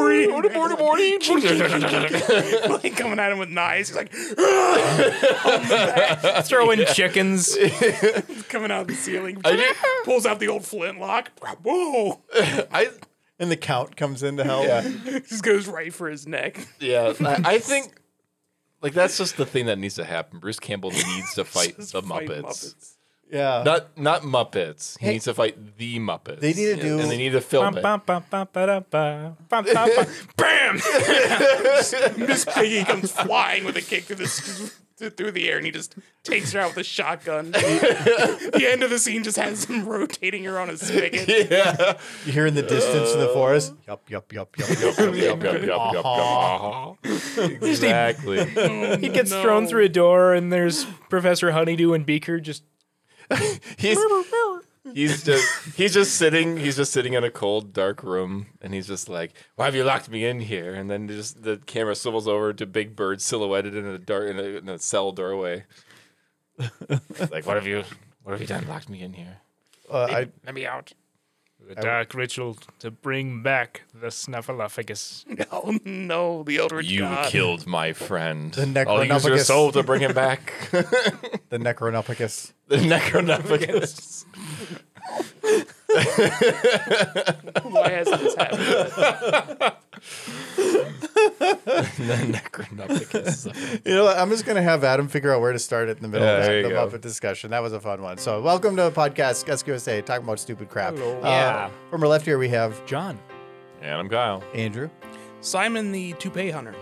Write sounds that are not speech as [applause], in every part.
morning, morning. like coming at him with knives. He's like Throwing chickens. coming out of the ceiling. I did- pulls out the old flintlock. Whoa! I And the count comes in to help. yeah Just goes right for his neck. [laughs] yeah. I, I think like that's just the thing that needs to happen. Bruce Campbell needs to fight Just the fight Muppets. Yeah. Not not Muppets. He Hey. needs to fight the Muppets. They need to do- and they need to film it. Bum, bum, bum, ba-da-ba. Bum, bum, bum. [laughs] Bam! Miss Piggy comes flying with a kick through the s- through the air, and he just takes her out with a shotgun. the end of the scene just has him rotating her on a spigot. Yeah. You hear in the distance in the forest. Yup, yup, yup, yup, Uh, yup. Yup, yup, yup, yup, yup, yup. [laughs] Exactly. He gets No. thrown through a door, and there's Professor Honeydew and Beaker just. he's [laughs] he's just he's just sitting he's just sitting in a cold dark room and he's just like why have you locked me in here and then just the camera swivels over to big bird silhouetted in a dark in a, in a cell doorway like what have you what have you done locked me in here Uh, I, Let me out. The dark ritual to bring back the Snuffleupagus. [laughs] No, Oh, no, the Eldritch you God. killed my friend The i'll use your Necronophagus. soul to bring him back [laughs] the Necronopicus. the [laughs] necronophagus Why has this happened? the necronophagus You know, what? I'm just gonna have Adam figure out where to start it in the middle Yeah, of there that, you the go. Muppet discussion. That was a fun one. So, welcome to podcast SQSA, talking about stupid crap. Uh, Yeah. From our left here, we have John. and i'm kyle Andrew. [laughs] Simon the toupee hunter.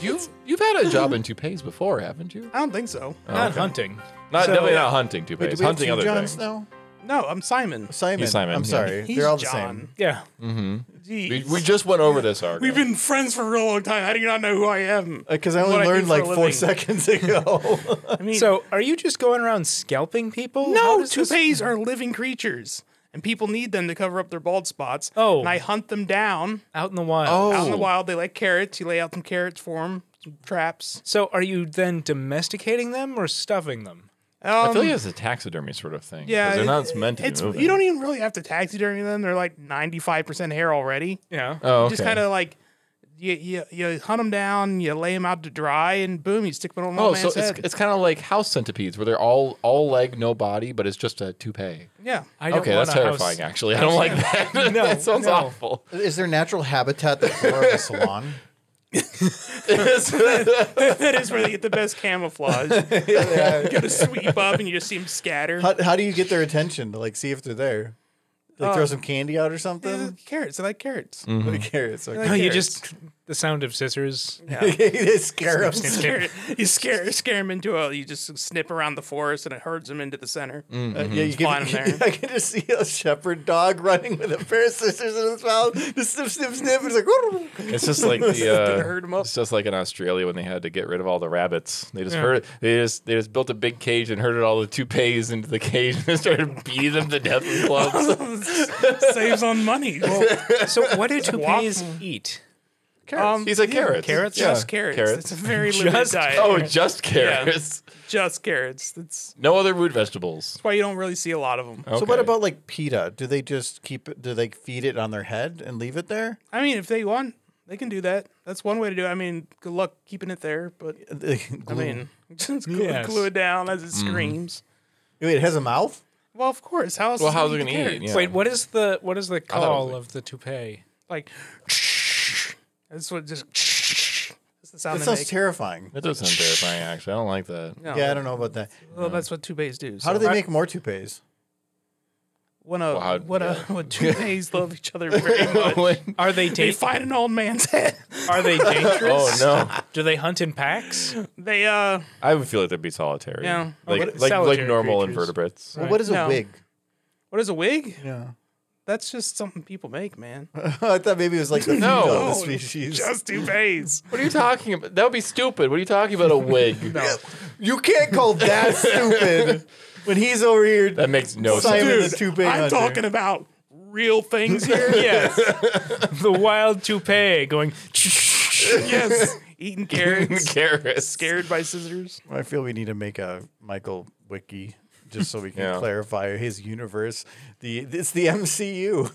you've you've had a job in toupees before haven't you I don't think so. Not hunting. not So- definitely not hunting Wait, do toupees we have hunting two other Johns things now? No, I'm Simon. Simon. He's Simon, I'm yeah. sorry. He's They're all the John. same. Yeah. Jeez. We, we just went over this, Argo. [laughs] We've been friends for a real long time. How do you not know who I am? Because Uh, I What I only do learned for like a four living. seconds [laughs] ago. I mean, So, are you just going around scalping people? How no, does this- toupees are living creatures, and people need them to cover up their bald spots. Oh. and I hunt them down out in the wild. out in Oh. the wild. They like carrots. You lay out some carrots for them, some traps. So, are you then domesticating them or stuffing them? I Um, feel like it's a taxidermy sort of thing. 'cause yeah, they're it- not meant to be it's moving. you don't even really have to taxidermy them. They're like ninety five percent hair already. Yeah. oh, Just okay. kind of like you, you you hunt them down, you lay them out to dry, and boom, you stick them on the Oh, old so man's it's, head. it's kind of like house centipedes where they're all all leg, no body, but it's just a toupee. yeah. I don't Okay, that's want a terrifying. [laughs] House. Actually, I don't like that. [laughs] No, that sounds no. awful. Is there natural habitat the floor of a salon? [laughs] [laughs] that is where they get the best [laughs] camouflage. you [laughs] gotta sweep up and you just see them scatter. How, how do you get their attention to like see if they're there? Like throw some candy out or Uh, something? carrots, I like carrots. Mm. Who cares? Okay. [laughs] No, you Carrots. just the sound of scissors. [laughs] They scare [laughs] him. Scare- you scare scare them into a. You just snip around the forest and it herds them into the center. Mm. Uh, yeah, you [laughs] Find can, 'em Mm-hmm. there. I can just see a shepherd dog running with a pair of scissors in his mouth. Just snip, snip, snip. It's like, "Woo." It's just [laughs] like the. herd 'em Uh, up. it's just like in Australia when they had to get rid of all the rabbits. They just herd. They just they just built a big cage and herded all the toupees into the cage and [laughs] started beating them to death [laughs] with clubs. [laughs] Saves on money. [laughs] So, what do toupees eat? Um, He's like carrots. carrots? Yeah. just carrots. Carrots. It's a very [laughs] limited Just- diet. Oh, just carrots. just carrots. That's No other root vegetables. why you don't really see a lot of them. So what Okay. about like PETA? Do they just keep it? Do they feed it on their head and leave it there? [laughs] I mean, if they want, they can do that. That's one way to do it. I mean, good luck keeping it there, but I mean, [laughs] Mm. just glue, Yes. glue it down as Mm. it screams. Wait, it has a mouth. Well, of course. How else? Well, is how's it gonna gonna eat? the carrots? eat? Yeah. Wait, what is the what is the thought it was call like- of the toupee? Like, [laughs] that's what just. [laughs] That's the sound That they sounds make. terrifying. That does sound [laughs] terrifying, actually. I don't like that. No. Yeah, I don't know about that. Well, that's what toupees do. How so- do they I- make more toupees? When a Well, how- when [laughs] yeah. a when toupees love each other very [laughs] much, Are they they da- find an old man's head. [laughs] are [laughs] they dangerous? oh [laughs] no, Do they hunt in packs? They uh, I would feel like that'd be solitary. Yeah. like What- like, like solitary normal creatures. invertebrates. Well, what is a No. wig? what is a wig? Yeah, That's just something people make, man. [laughs] I thought maybe it [laughs] was like the No. female of the Oh, [laughs] species. Just [laughs] toupees. What are you talking about? That would be stupid. What are you talking [laughs] about? A wig? No. You can't call that stupid when he's over here. That makes no Simon sense. the Dude, toupee I'm hunter. talking about real things [laughs] here. Yes. the wild toupee going. yes, [laughs] eating [laughs] carrots, Carrots. scared by scissors. I feel we need to make a Michael Wiki just so we can Yeah. clarify his universe. The it's the MCU.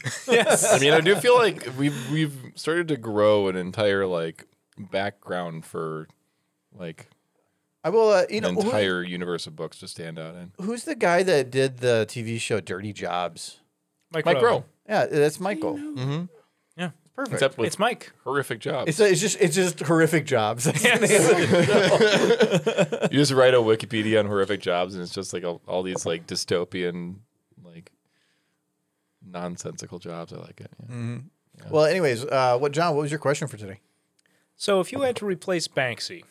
I mean, I do feel like we've we've started to grow an entire like background for like I will, uh, you an know, who- entire universe of books to stand out in. who's the guy that did the TV show Dirty Jobs? Mike, Mike Rowe, Yeah, that's Michael. Mm-hmm. Yeah. Perfect. except with It's [laughs] Mike. horrific jobs. it's, it's just it's just horrific jobs. you just write a Wikipedia on horrific jobs, and it's just like all, all these like dystopian like nonsensical jobs. I like it. yeah. well, anyways, uh, what John? What was your question for today? So if you had to replace Banksy,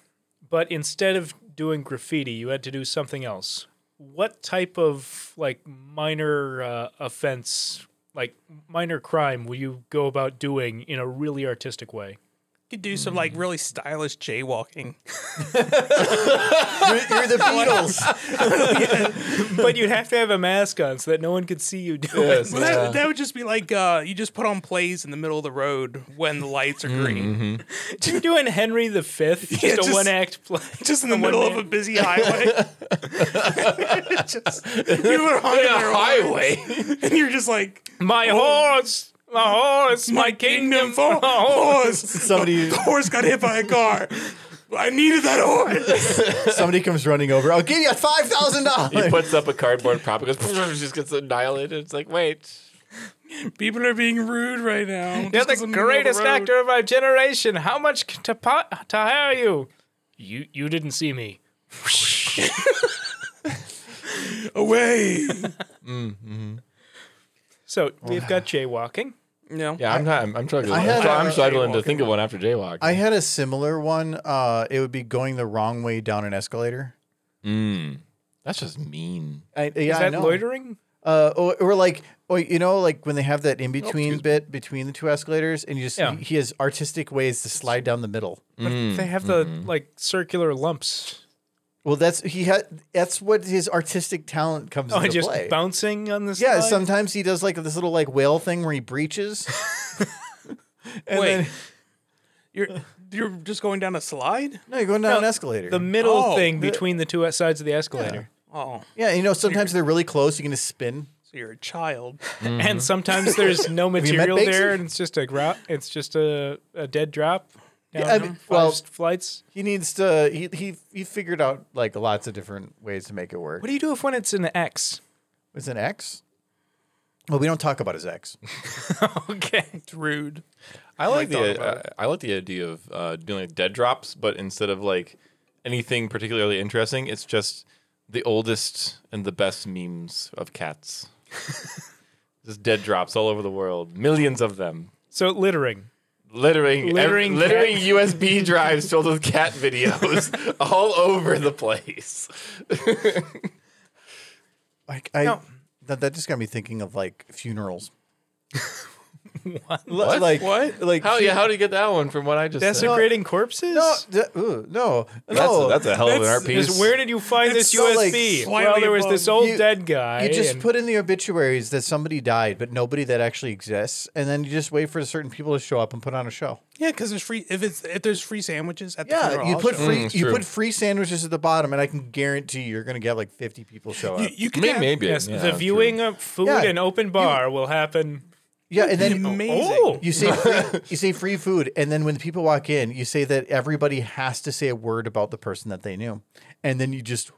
but instead of doing graffiti, you had to do something else, what type of like minor uh, offense, like minor crime, will you go about doing in a really artistic [laughs] way? could do some like really stylish jaywalking. [laughs] You're, you're the Beatles. but you'd have to have a mask on so that no one could see you do it. Yes, Well, yeah. that, that would just be like uh, you just put on plays in the middle of the road when the lights are green, [laughs] You're doing Henry V, [laughs] just Yeah, a just- one act play. just in the middle of a busy highway. [laughs] just, you were on a their highway. [laughs] and you're just like [laughs] My horse, my horse, Oh. my [laughs] kingdom for my horse. Somebody the horse got hit by a car. I needed that horse. somebody comes running over. I'll give you five thousand He dollars. puts up a cardboard prop and goes, [laughs] just gets annihilated. It's like, wait. People are being rude right now. You're just 'cause the I'm in middle of greatest road. actor of our generation. How much c- to, po- to hire you? You you didn't see me. Away. So we've got jaywalking. No. Yeah, I'm not. I'm, I'm struggling. I had I'm, I'm a- struggling to think of one after Jaywalk. I had a similar one. Uh, it would be going the wrong way down an escalator. Mm. That's just mean. I, yeah, Is I that know. loitering? Uh, or, or like, or you know, like when they have that in between bit between the two escalators, and you just Oh, Yeah. he has artistic ways to slide down the middle. But they have the like circular lumps. Well, that's he had. That's what his artistic talent comes Oh, into just play. bouncing on the yeah, slide? sometimes he does like this little like whale thing where he breaches. and Wait. then You're you're just going down a slide? no, you're going down No, an escalator. the middle Oh, thing between the two sides of the escalator. Oh. yeah, you know sometimes they're really close. You can just spin. So you're a [laughs] child. And [laughs] sometimes there's no you met material Banksy? there, and it's just a gro- it's just a, a dead drop. Down Yeah, I mean, five well- s- flights. He needs to. He he he figured out like lots of different ways to make it work. What do you do if when it's an X? Is an ex? Well, we don't talk about his [laughs] ex. Okay. It's rude. I like thought the about uh, I like the idea of uh, doing like dead drops, but instead of like anything particularly interesting, it's just the oldest and the best memes of cats. [laughs] just dead drops all over the world, millions of them. So littering. Littering, ev- Littering cat- littering [laughs] USB drives filled with cat videos [laughs] all over the place. Like I, No. that, that just got me thinking of like funerals. What? L- Like What? Like How yeah, how do you get that one from what I just said? Desecrating corpses? no, d- ooh, no, That's, no. a, that's a hell of an That's- art Just piece. where did you find It's this so, like, USB? well, slightly there was above- this old You- dead guy. you just and- put in the obituaries that somebody died, but nobody that actually exists, and then you just wait for certain people to show up and put on a show. Yeah, because there's free if it's if there's free sandwiches at the Yeah, funeral, you I'll put show [laughs] free it's you Mm, true. put free sandwiches at the bottom, and I can guarantee you're gonna get like 50 people show up. up. You, you could May- have- [laughs] maybe Yes, yeah, the true. viewing of food Yeah, and open bar will happen. yeah, and then amazing. Oh, You say free, you say free food, and then when people walk in, you say that everybody has to say a word about the person that they knew, and then you just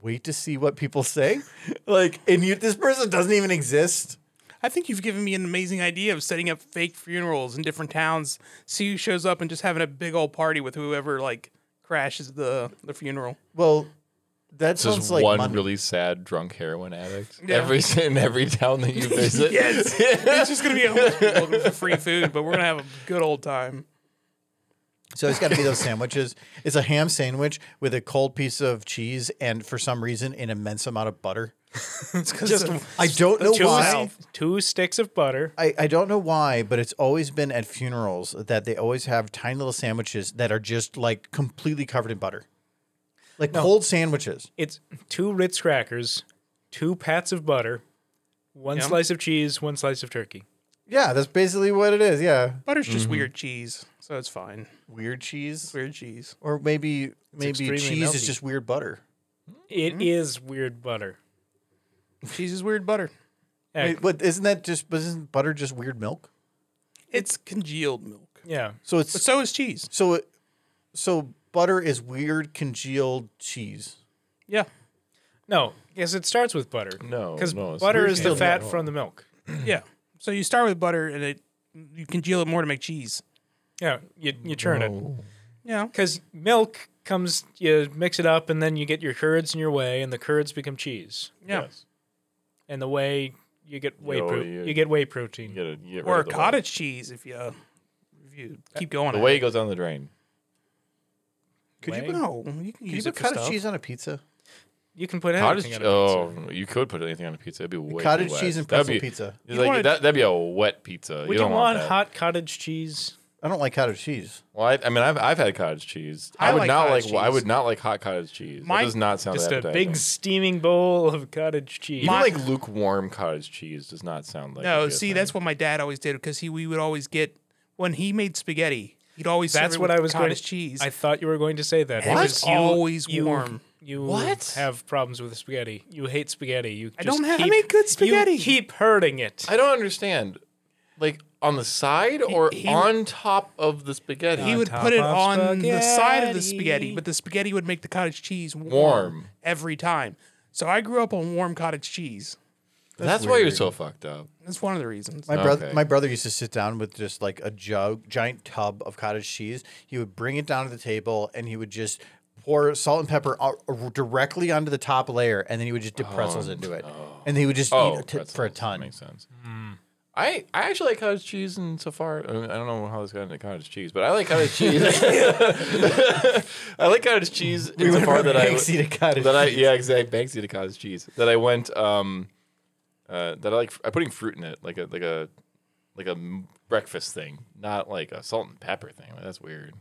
wait to see what people say. Like, and you this person doesn't even exist. I think you've given me an amazing idea of setting up fake funerals in different towns, see who shows up, and just having a big old party with whoever like crashes the the funeral. Well, that Just sounds like one Monday. really sad drunk heroin addict. Every [laughs] in every town that you visit. Yes, [laughs] it's just gonna be a [laughs] bunch of people looking for free food, but we're gonna have a good old time. So it's got to be those sandwiches. It's a ham sandwich with a cold piece of cheese and for some reason an immense amount of butter. It's because Just I don't know two, why. s- two sticks of butter. I, I don't know why, but it's always been at funerals that they always have tiny little sandwiches that are just like completely covered in butter. Like cold sandwiches. It's two Ritz crackers, two pats of butter, one Yeah. slice of cheese, one slice of turkey. Yeah, that's basically what it is. Yeah. butter's Mm-hmm. just weird cheese, so it's fine. Weird cheese. Weird cheese. Or maybe maybe extremely cheese melty. is just weird butter. It is weird butter. Cheese is weird butter. Wait, but isn't that just? But isn't butter just weird milk? It's congealed milk. yeah. So But it's so is cheese. so it, so butter is weird congealed cheese. Yeah. [clears throat] No, yes, it starts with butter. No, because no, it's butter weird is the milk. fat from the milk. Yeah. So you start with butter and it you congeal it more to make cheese. Yeah, you you churn it. 'Cause it Yeah. because milk comes. You mix it up, and then you get your curds in your whey, and the curds become cheese. Yeah. And the whey, you get whey. Oh, pro- yeah. you get whey protein. You gotta get rid Or of the cottage cheese if you if you keep going. Whey. The at way it. goes down the drain. Could Whey? you put, No, you can could you use put it for cottage stuff. cheese on a pizza? You can put Cottage. anything cheese. on a oh, pizza. you could put anything on a pizza. That'd be way too cottage wet. cheese and That'd pretzel be- pizza. it's You Like, wanna- that, that'd be a wet pizza. Would you you, don't want that. hot cottage cheese? I don't like cottage cheese. Well, I, I mean, I've, I've had cottage cheese. I, I would like not like. cottage I cheese. would not like hot cottage cheese. My- that does not sound Just a appetizing. big steaming bowl of cottage cheese. Even My- like lukewarm cottage cheese does not sound like. it'd No, be a see, thing. that's what my dad always did because he we would always get when he made spaghetti. He'd always serve That's it what with I was going cottage to. cheese. I thought you were going to say that. What? because you- Always you, warm. You What? have problems with spaghetti. You hate spaghetti. You just I don't have. keep, I make good You spaghetti. keep hurting it. [laughs] I don't understand. Like on the side or he- on top of the spaghetti? he would top put it of on the side of the spaghetti. spaghetti, but the spaghetti would make the cottage cheese warm, Warm. every time. So I grew up on warm cottage cheese. That's, why you're so fucked up. That's one of the reasons. My brother, Okay. my brother used to sit down with just like a jug, giant tub of cottage cheese. He would bring it down to the table, and he would just pour salt and pepper o- o- directly onto the top layer, and then he would just dip pretzels into it, and he would just eat a t- for a Oh, pretzels. Oh, ton. Makes sense. Mm. I, I actually like cottage cheese and so far I, mean, I don't know how this got into cottage cheese, but I like cottage [laughs] cheese. [laughs] I like cottage cheese in so far that I Banksy to cottage that I cheese. yeah exactly Banksy to cottage cheese that I went um uh, that I like I'm putting fruit in it like a like a like a m- breakfast thing, not like a salt and pepper thing. Like, that's weird.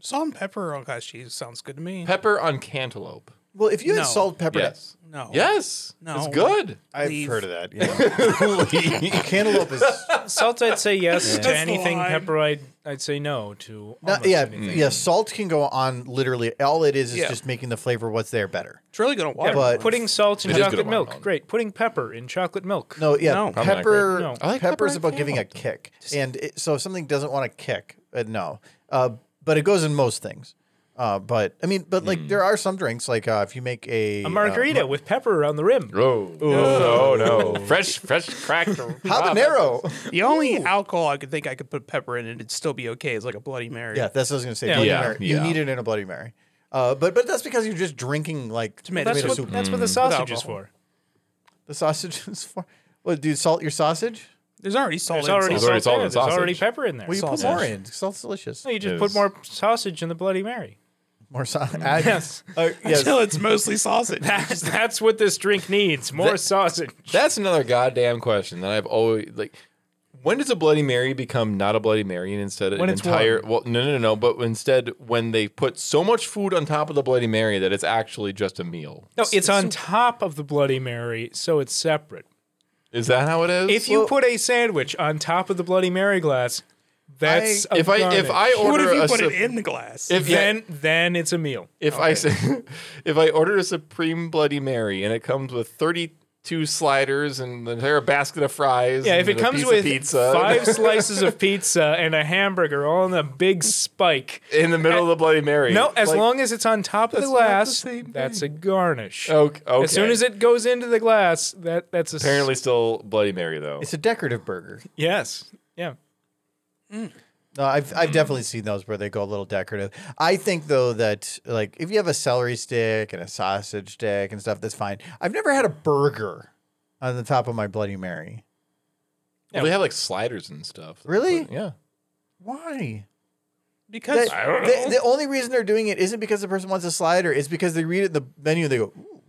Salt and pepper on cottage cheese sounds good to me. Pepper on cantaloupe. Well, if you had No. salt, pepper, Yes. no. Yes. No. It's good. I've Leave. heard of [laughs] that. Yeah. Cantaloupe is Salt, I'd say yes to That's the anything. line. Pepper, I'd, I'd say no to. not, almost yeah, anything. yeah. Salt can go on literally. All it is is Yeah. just making the flavor what's there better. It's really good on water. but- Putting salt in It is good chocolate on milk, watermelon. great. Putting pepper in chocolate milk. No, yeah, No. Probably not pepper. great. No. I like pepper pepper is and about giving a kick, and it, so if something doesn't want to kick, uh, no. Uh, but it goes in most things. Uh, but I mean, but like there are some drinks, like uh, if you make a, A margarita with pepper on the rim. Oh no, no, [laughs] no. fresh, fresh cracked uh, habanero. the only alcohol I could think I could put pepper in and it'd still be okay is like a Bloody Mary. yeah, that's what I was gonna say. Yeah. Bloody Yeah, Mary. yeah. You need it in a Bloody Mary. Uh, but but that's because you're just drinking like tomato, Tomato That's what, soup. that's Mm. what the sausage is alcohol. for. The sausage [laughs] is for. What, do you salt your sausage? There's already salt. There's in already sausage. There's [laughs] salt already salt there. in There's already sausage. pep- pepper in there. Well, you put more in. Salt's delicious. No, you just It put is. more sausage in the Bloody [laughs] Mary. More sausage. Yes. Uh, [laughs] yes. Until it's mostly sausage. [laughs] That's what this drink needs. More That- sausage. That's another goddamn question that I've always like. When does a Bloody Mary become not a Bloody Mary and instead When an it's entire? Well, no, no, no. But instead, when they put so much food on top of the Bloody Mary that it's actually just a meal. No, it's on top of the Bloody Mary, so it's separate. Is that how it is? If you put a sandwich on top of the Bloody Mary glass, that's a if I if I garnish. order what if a you put sup- it in the glass? if yeah, then then it's a meal. if I s- [laughs] if I order a supreme Bloody Mary and it comes with thirty two sliders and an entire basket of fries. Yeah, if and it a comes piece of with pizza five [laughs] slices of pizza and a hamburger all in a big spike. in the middle of the Bloody Mary, No, as like- long as it's on top of the That's not the glass, same that's a thing. garnish. Okay, okay. As soon as it goes into the glass, that that's a s- apparently still Bloody Mary though. It's a decorative burger. yes, yeah. No, I've I've definitely seen those where they go a little decorative. I think though that like if you have a celery stick and a sausage stick and stuff, that's fine. I've never had a burger on the top of my Bloody Mary. Well, they have like sliders and stuff. Really? But, yeah. Why? because That- The, the only reason they're doing it isn't because the person wants a slider. It's because they read it in the menu and they go, "Ooh,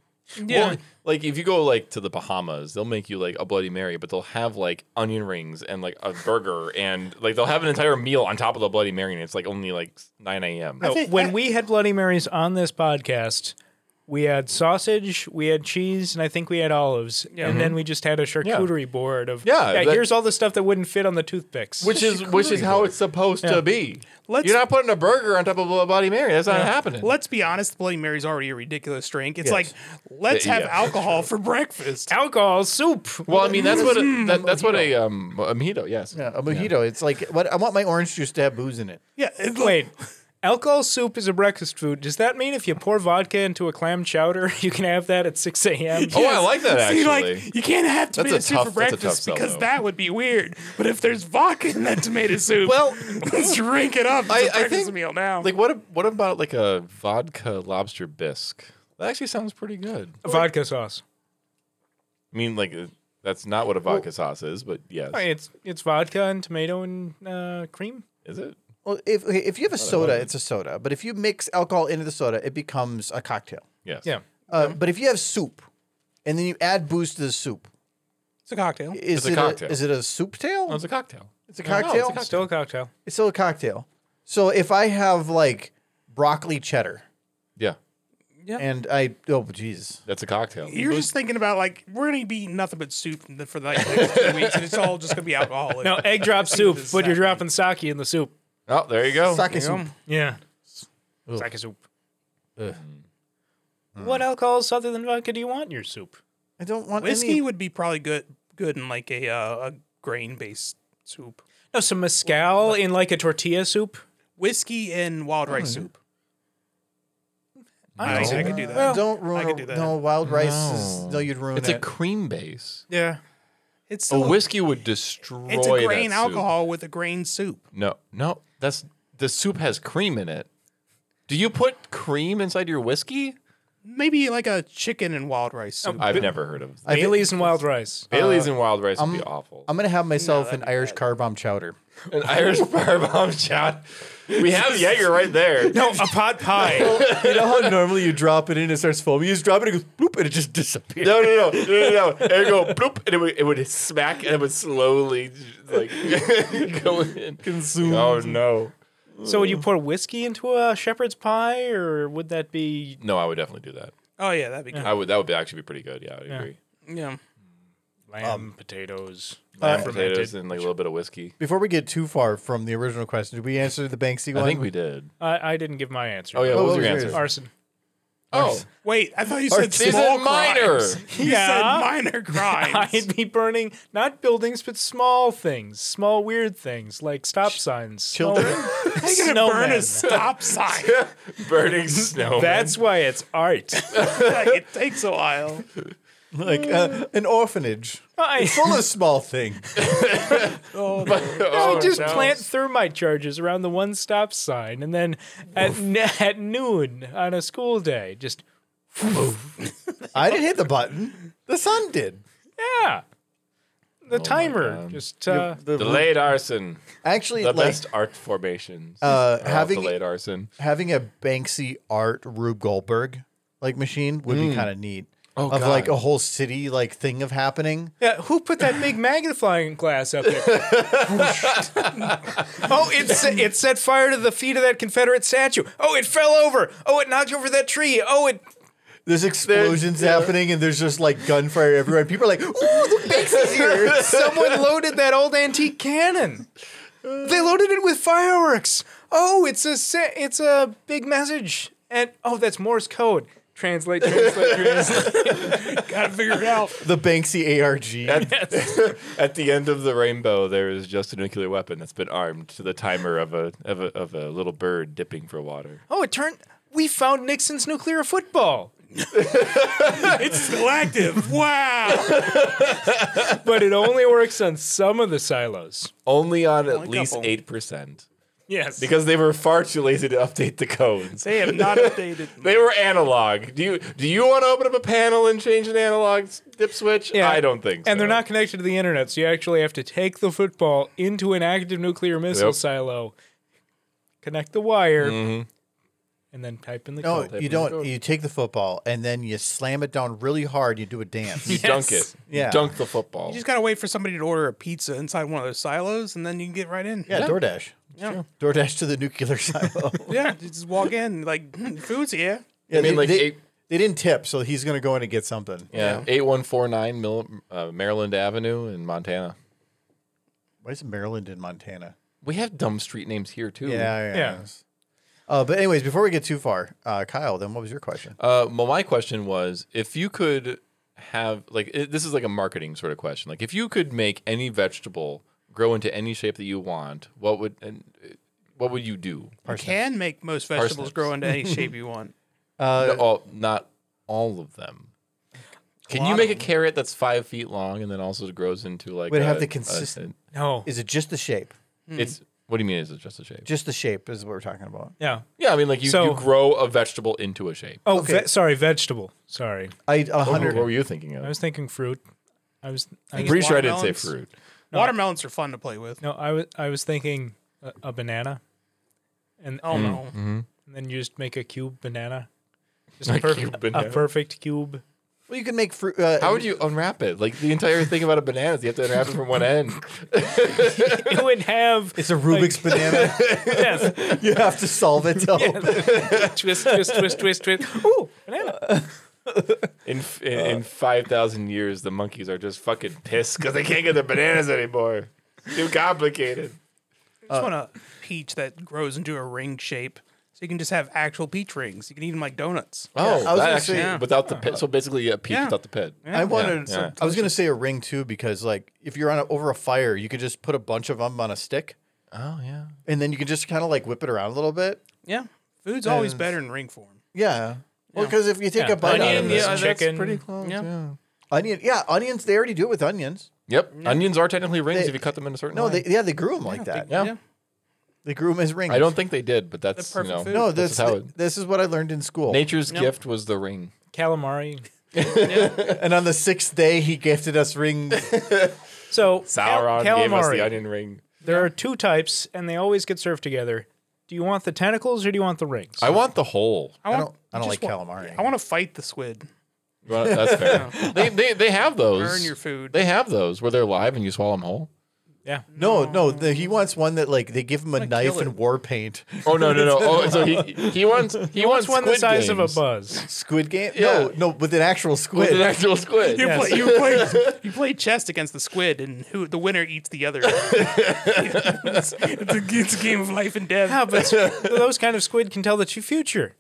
Yeah. like if you go like to the Bahamas, they'll make you like a Bloody Mary, but they'll have like onion rings and like a burger and like they'll have an entire meal on top of the Bloody Mary, and it's like only like 9 a.m. No, when we had Bloody Marys on this podcast, We had sausage, we had cheese, and I think we had olives. And then we just had a charcuterie board of Mm-hmm. Yeah, that- Here's all the stuff that wouldn't fit on the toothpicks. Which is which is how it's supposed to be. Let's- You're not putting a burger on top of a Bloody Mary. That's not happening. Let's be honest, Bloody Mary's already a ridiculous drink. It's like, Yes. let's Yeah, have yeah, alcohol for breakfast. alcohol soup. well, I mean, that's what a, that, that's what a um a mojito. Yes. Yeah, a mojito. It's like what I want my orange juice to have booze in it. Yeah, it's like, Wait. Alcohol soup is a breakfast food. Does that mean if you pour vodka into a clam chowder, [laughs] you can have that at 6 a.m.? [laughs] Oh, I like that actually. See, [laughs] like you can't have tomato a soup tough- for that's a tough breakfast sell, because though. that would be weird. But if there's vodka in that tomato [laughs] soup, Well, let's drink it up. It's I- a I breakfast think, meal now. like what a, what about like a vodka lobster bisque? That actually sounds pretty good. Vodka sauce. I mean, like uh, that's not what a vodka sauce is, but yes, All right, It's it's vodka and tomato and uh, cream. is it? Well, if okay, if you have a soda, it's a soda. But if you mix alcohol into the soda, it becomes a cocktail. Yes. Yeah. Uh, But if you have soup, and then you add booze to the soup, it's a cocktail. is It's a it cocktail. is it a soup tail? Oh, it's a cocktail. it's a no, it's a cocktail. it's, cocktail. Still a [laughs] cocktail. still a cocktail. So if I have like broccoli cheddar, Yeah, and I oh jeez, that's a cocktail. You're just thinking about like we're gonna be eating nothing but soup in the- for like the next two weeks, and it's all just gonna be alcoholic. No, egg drop soup, This but you're happening. dropping sake in the soup. Oh, there you go. sake soup. Yeah. Sake soup. Mm. What alcohols other than vodka do you want in your soup? I don't want whiskey any. would be probably good, good in like a uh, a grain based soup. No, some mezcal in like a tortilla soup. Whiskey and wild rice soup. don't I, think I could do that. Don't ruin. I could a- do that. No wild rice. Is, no, you'd ruin It's it. a cream base. Yeah. It's A still a- whiskey would destroy. it's a grain that Oh, soup. alcohol with a grain soup. No, no, that's the soup has cream in it. Do you put cream inside your whiskey? Maybe like a chicken and wild rice soup. I've never heard of. I think- Bailey's and wild rice. Bailey's and wild rice would be awful. I'm gonna have myself an Irish car bomb chowder. An [laughs] Irish bar bomb shot. We have Jaeger right there. No, [laughs] a pot pie. [laughs] you know how normally you drop it in, it starts foaming. You just drop it, it goes bloop, and it just disappears. No, no, no, no, no, no. It would go bloop, and it would, it would smack, and it would slowly like [laughs] go in. Consumed. Oh no! [laughs] so would you pour whiskey into a shepherd's pie, or would that be? No, I would definitely do that. Oh yeah, that'd be good. I would. That would be actually be pretty good. Yeah, I would agree. Yeah. Lamb, potatoes, Lamb potatoes and like a little bit of whiskey. Before we get too far from the original question, did we answer the Banksy one? I think we did. I, I didn't give my answer. Oh yeah, What what was was your yours? answer? arson. Oh, Wait, I thought you Or said these small are minor. crimes. [laughs] You said Yeah. minor crimes. [laughs] I'd be burning not buildings but small things, small weird things like stop signs, children. [laughs] I'm gonna burn a stop sign. [laughs] burning snow. [laughs] That's why it's [laughs] art. like, it takes a while. like uh, an orphanage [laughs] I, full of small [laughs] things. oh, I just plant thermite charges around the one stop sign, and then at, n- at noon on a school day, just I didn't hit the button. The sun did. yeah, Oh the timer God. just uh, The- Delayed arson. actually, The like, best art formations. Uh, are having- delayed arson. having a Banksy art Rube Goldberg like machine would be kind of neat. Mm. Oh, of God. like a whole city like thing of happening. yeah. Who put that big magnifying glass up there? oh, it set, it set fire to the feet of that Confederate statue. Oh, it fell over. Oh, it knocked over that tree. Oh, it There's explosions happening and there's just like gunfire everywhere. People are like, ooh, the Banksy's here. Someone loaded that old antique cannon. They loaded it with fireworks. Oh, it's a se- it's a big message. And oh, that's Morse code. Translate, translate, [laughs] translate. [laughs] Gotta figure it out. the Banksy ARG. At the end of the rainbow, there is just a nuclear weapon that's been armed to the timer of a of a, of a little bird dipping for water. Oh, it turned. We found Nixon's nuclear football, It's still active. Wow. but it only works on some of the silos. Only on at a least couple. eight percent Yes, because they were far too lazy to update the codes. They have [laughs] not updated. They were analog. Do you do you want to open up a panel and change an analog s- dip switch? Yeah. I don't think so. and they're not connected to the internet, so you actually have to take the football into an active nuclear missile Yep. silo, connect the wire, and then type in the No, code. you don't. You take the football and then you slam it down really hard. You do a dance. You dunk Yes. it. Yeah. You dunk the football. You just gotta wait for somebody to order a pizza inside one of those silos, and then you can get right in. Yeah, DoorDash. Yeah. DoorDash to the nuclear [laughs] silo. Yeah, you just walk in. Like, "Hmm, food's here. I mean, like they, eight, They didn't tip, so he's going to go in and get something. Yeah, eight one four nine Mil- uh, Maryland Avenue in Montana. Why is Maryland in Montana? We have dumb street names here too. Yeah, yeah. Yeah. Uh, but anyways, before we get too far, uh, Kyle, then what was your question? Uh, well, my question was if you could have like it, this is like a marketing sort of question. Like if you could make any vegetable grow into any shape that you want, what would and uh, what would you do? You can make most vegetables Parsnips. grow into any shape you [laughs] want. Uh, No, all, not all of them. Can you lot make a of them. carrot that's five feet long and then also grows into like? Would it a- have the Hmm. a- consist- No. Is it just the shape? It's what do you mean? Is it just a shape? Just the shape is what we're talking about. Yeah. yeah, I mean like you, So- you grow a vegetable into a shape. Oh, Okay. ve- sorry, vegetable. Sorry. I a What, were- hundred. what were you thinking of? I was thinking fruit. I was I, I'm These pretty sure I didn't say watermelons? fruit. Watermelons are fun to play with. no, I was I was thinking a, a banana. And Oh Mm-hmm. no. and then you just make a cube banana. Just A a, perfect, cube a banana. perfect cube. [laughs] Well, you can make fruit. Uh, How would you unwrap it? Like the entire thing about a banana is you have to unwrap it from one end. It would have It's a Rubik's banana. [laughs] yes, you have to solve it. Though. [laughs] twist, twist, twist, twist, twist. Ooh, banana. In in, in five thousand years, the monkeys are just fucking pissed because they can't get their bananas anymore. Too complicated. I Uh, just want a peach that grows into a ring shape. So you can just have actual peach rings. You can eat them like donuts. Oh, I was that gonna actually say- Yeah. without the pit. So basically, a peach Yeah. without the pit. I wanted. Yeah. I was gonna say a ring too, because like if you're on a, over a fire, you could just put a bunch of them on a stick, Oh yeah. and then you can just kind of like whip it around a little bit. Yeah. Food's always better in ring form. Yeah. Well, because if you take Yeah. a bite out Onion, of yeah, it, that's chicken. pretty close. yeah. onion, yeah, onions. They already do it with onions. Yep. Onions are technically rings They- if you cut them in a certain No, way. they yeah they grew them like that. yeah. They grew them as rings. I don't think they did, but that's perfect you know, food. No, that's this just how it. this is what I learned in school. Nature's gift was the ring. Calamari. And on the sixth day, he gifted us rings. So Sauron cal- calamari. gave us the onion ring. There are two types, and they always get served together. Do you want the tentacles or do you want the rings? I want the whole. I, I want, don't I don't like just want- calamari. I want to fight the squid. Well, that's fair. [laughs] they, they they have those. Burn your food. They have those where they're live and you swallow them whole. yeah. No, no, the, he wants one that like they give him a knife kill it. and war paint. [laughs] Oh no no no! Oh, so he he wants he, wants, It's one the squid size of a games buzz. [laughs] Squid game? Yeah. No, no, with an actual squid. with an actual squid. You, Yes. play, you, play, [laughs] you play chess against the squid, and who the winner eats the [laughs] other. it's, it's a, it's a game of life and death. [laughs] Yeah, but s- those kind of squid can tell the true future.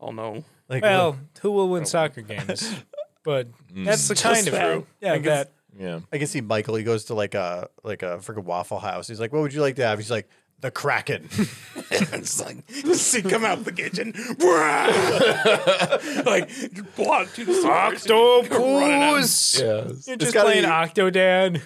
Oh no! like, Well, who will win soccer games? But Mm. that's the kind of that. yeah that Yeah. I can see Michael. He goes to like a like a freaking Waffle House. He's like, "What would you like to have?" He's like, "The Kraken." [laughs] [laughs] it's like see, come out the kitchen, [laughs] like block to the stars. octopus. Yes. You're just gotta playing be- Octodad.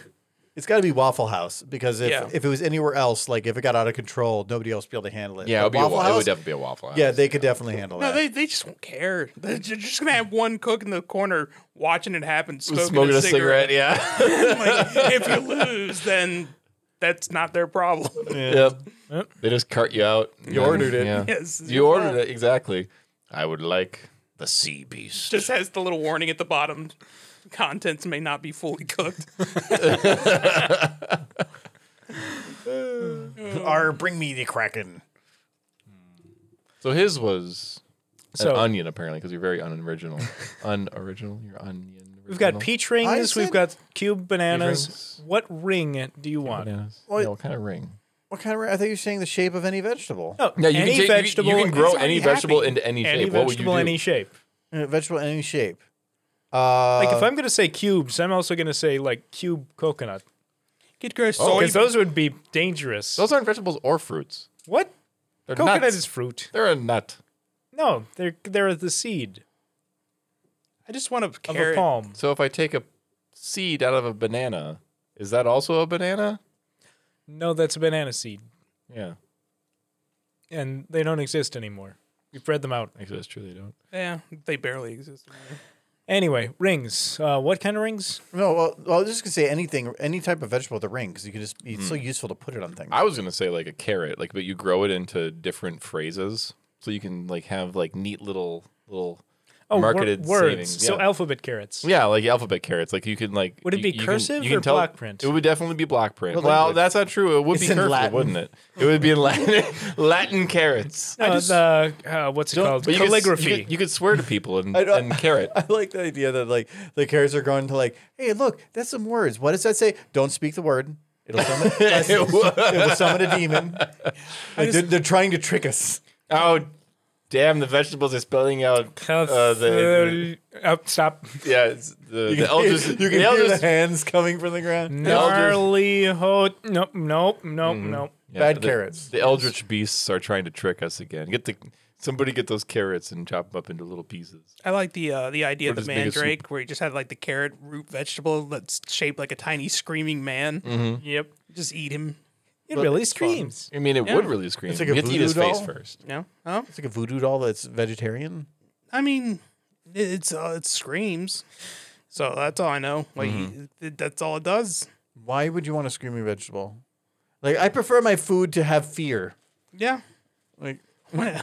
it's got to be Waffle House because if, Yeah. if it was anywhere else, like if it got out of control, nobody else would be able to handle it. Yeah, it But would, be a, wa- it would definitely be a waffle. House. yeah, they could definitely handle No, that. they, they just won't care. They're ju- just gonna have one cook in the corner watching it happen, smoking, smoking a cigarette. [laughs] Yeah. like, if you lose, then that's not their problem. [laughs] [laughs] yep. They just cart you out. You ordered it. Yeah. Yes, you ordered it exactly. I would like the sea beast. Just has the little warning at the bottom: contents may not be fully cooked. Or bring me the Kraken. So his was So an onion apparently because you're very unoriginal. unoriginal. You're onion. we've got peach rings. said- We've got cube bananas. rings. What ring do you want? Bananas. Well, yeah, what kind of ring? What kind of? I thought you were saying the shape of any vegetable. No, Yeah, you Oh, any can take, vegetable. You, can grow any, any happy. vegetable into any, shape. vegetable, what would you do? any shape. Uh, vegetable in any shape. Uh, Like if I'm gonna say cubes, I'm also gonna say like cube coconut Get gross Oh, soy. because those would be dangerous. Those aren't vegetables or fruits. what They're coconut nuts. is fruit? They're a nut. No, they're they're the seed I just want a of carrot. a palm. So if I take a seed out of a banana, is that also a banana? No, that's a banana seed, Yeah. and they don't exist anymore. We've bred them out. Actually, that's true. They don't. Yeah, they barely exist. anymore. Anyway, rings. Uh, what kind of rings? no, well, well, I was just gonna say anything, any type of vegetable with a ring, because you can just it's so useful to put it on things. I was gonna say like a carrot, like but you grow it into different phrases, so you can like have like neat little little Oh, wor- marketed words. savings. So yeah. alphabet carrots. Yeah, like alphabet carrots. Like you can like. Would it you- be you can- cursive you can or tell- block print? It would definitely be block print. Well, Well, they would. that's not true. It would It's be in cursive, Latin. wouldn't it? It would be in Latin. [laughs] Latin carrots. No, the, uh, what's it called? But you could- Calligraphy. you, could, you could swear to people and, I don't- and carrot. I like the idea that like the characters are going to like, hey, look, that's some words. What does that say? Don't speak the word. It'll [laughs] summon, it will summon a [laughs] demon. Like they're, they're trying to trick us. Oh, damn! The vegetables are spelling out. Uh, the, oh, stop. yeah, it's the, the elders. [laughs] you the can hear elders. [laughs] the hands coming from the ground. Mm. Gnarly ho. Nope, nope, nope, nope. Mm-hmm. yeah, Bad the- carrots. The eldritch beasts are trying to trick us again. Get the somebody get those carrots and chop them up into little pieces. I like the uh, the idea of the just make a soup. mandrake where you just had like the carrot root vegetable that's shaped like a tiny screaming man. Yep. Just eat him. It really screams. I mean, it would really scream. It's like you a have to eat his voodoo face doll. first. No, oh, It's like a voodoo doll that's vegetarian. I mean, it- it's uh, it screams. So that's all I know. Like th- that's all it does. Why would you want a screaming vegetable? Like I prefer my food to have fear. Yeah. Like [laughs] Well,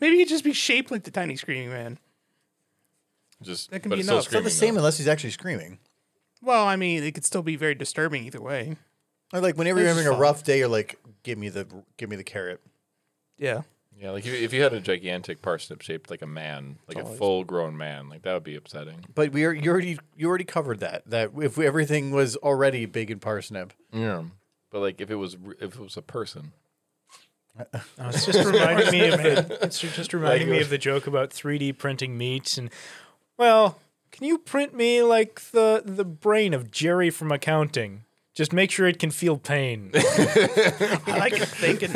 Maybe he'd just be shaped like the tiny screaming man. Just That can but be it's enough. it's not Still the screaming, same though. unless he's actually screaming. Well, I mean, it could still be very disturbing either way. Or like whenever you're It's having a fine. rough day, you're like, give me the give me the carrot. Yeah. Yeah, like if you, if you had a gigantic parsnip shaped like a man, like a full grown man, like that would be upsetting. But we are, you already you already covered that. That if everything was already big in parsnip, Yeah. But like if it was re- if it was a person, Oh, it's just reminding me of the, it's just reminding me of the joke about 3D printing meat and well, can you print me like the the brain of Jerry from accounting? Just make sure it can [laughs] feel pain. I like your thinking.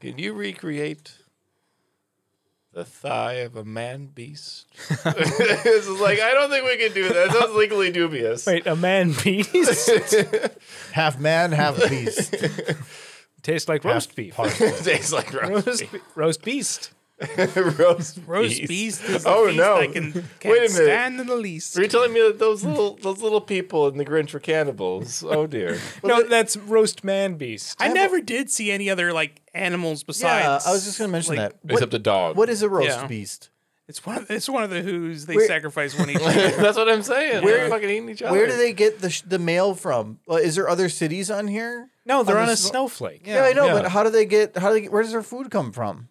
can you recreate the thigh of a man beast? [laughs] this is like I don't think we can do that. That's legally dubious. Wait, a man beast [laughs] half man, half beast. [laughs] tastes like roast beef. [laughs] It tastes like roast, [laughs] Roast, be- roast beast. roast, Roast beast. beast is the Oh, beast no. I can, Wait can't a minute. stand in the least. Are you telling me that those little those little people in the Grinch were cannibals? [laughs] Oh dear. No, that's roast man beast. I never did see any other like animals yeah, besides. I was just gonna mention like, that. [laughs] What- Except a dog. what is a roast Yeah. beast? It's one of it's one of the who's they Where- sacrifice one [laughs] each. other. That's what I'm saying. Where are fucking eating each other? Where do they get the sh- the mail from? Uh, is there other cities on here? No, they're on a this is- snowflake. Yeah, I know, yeah. but how do they get? How do they get? Where does their food come from?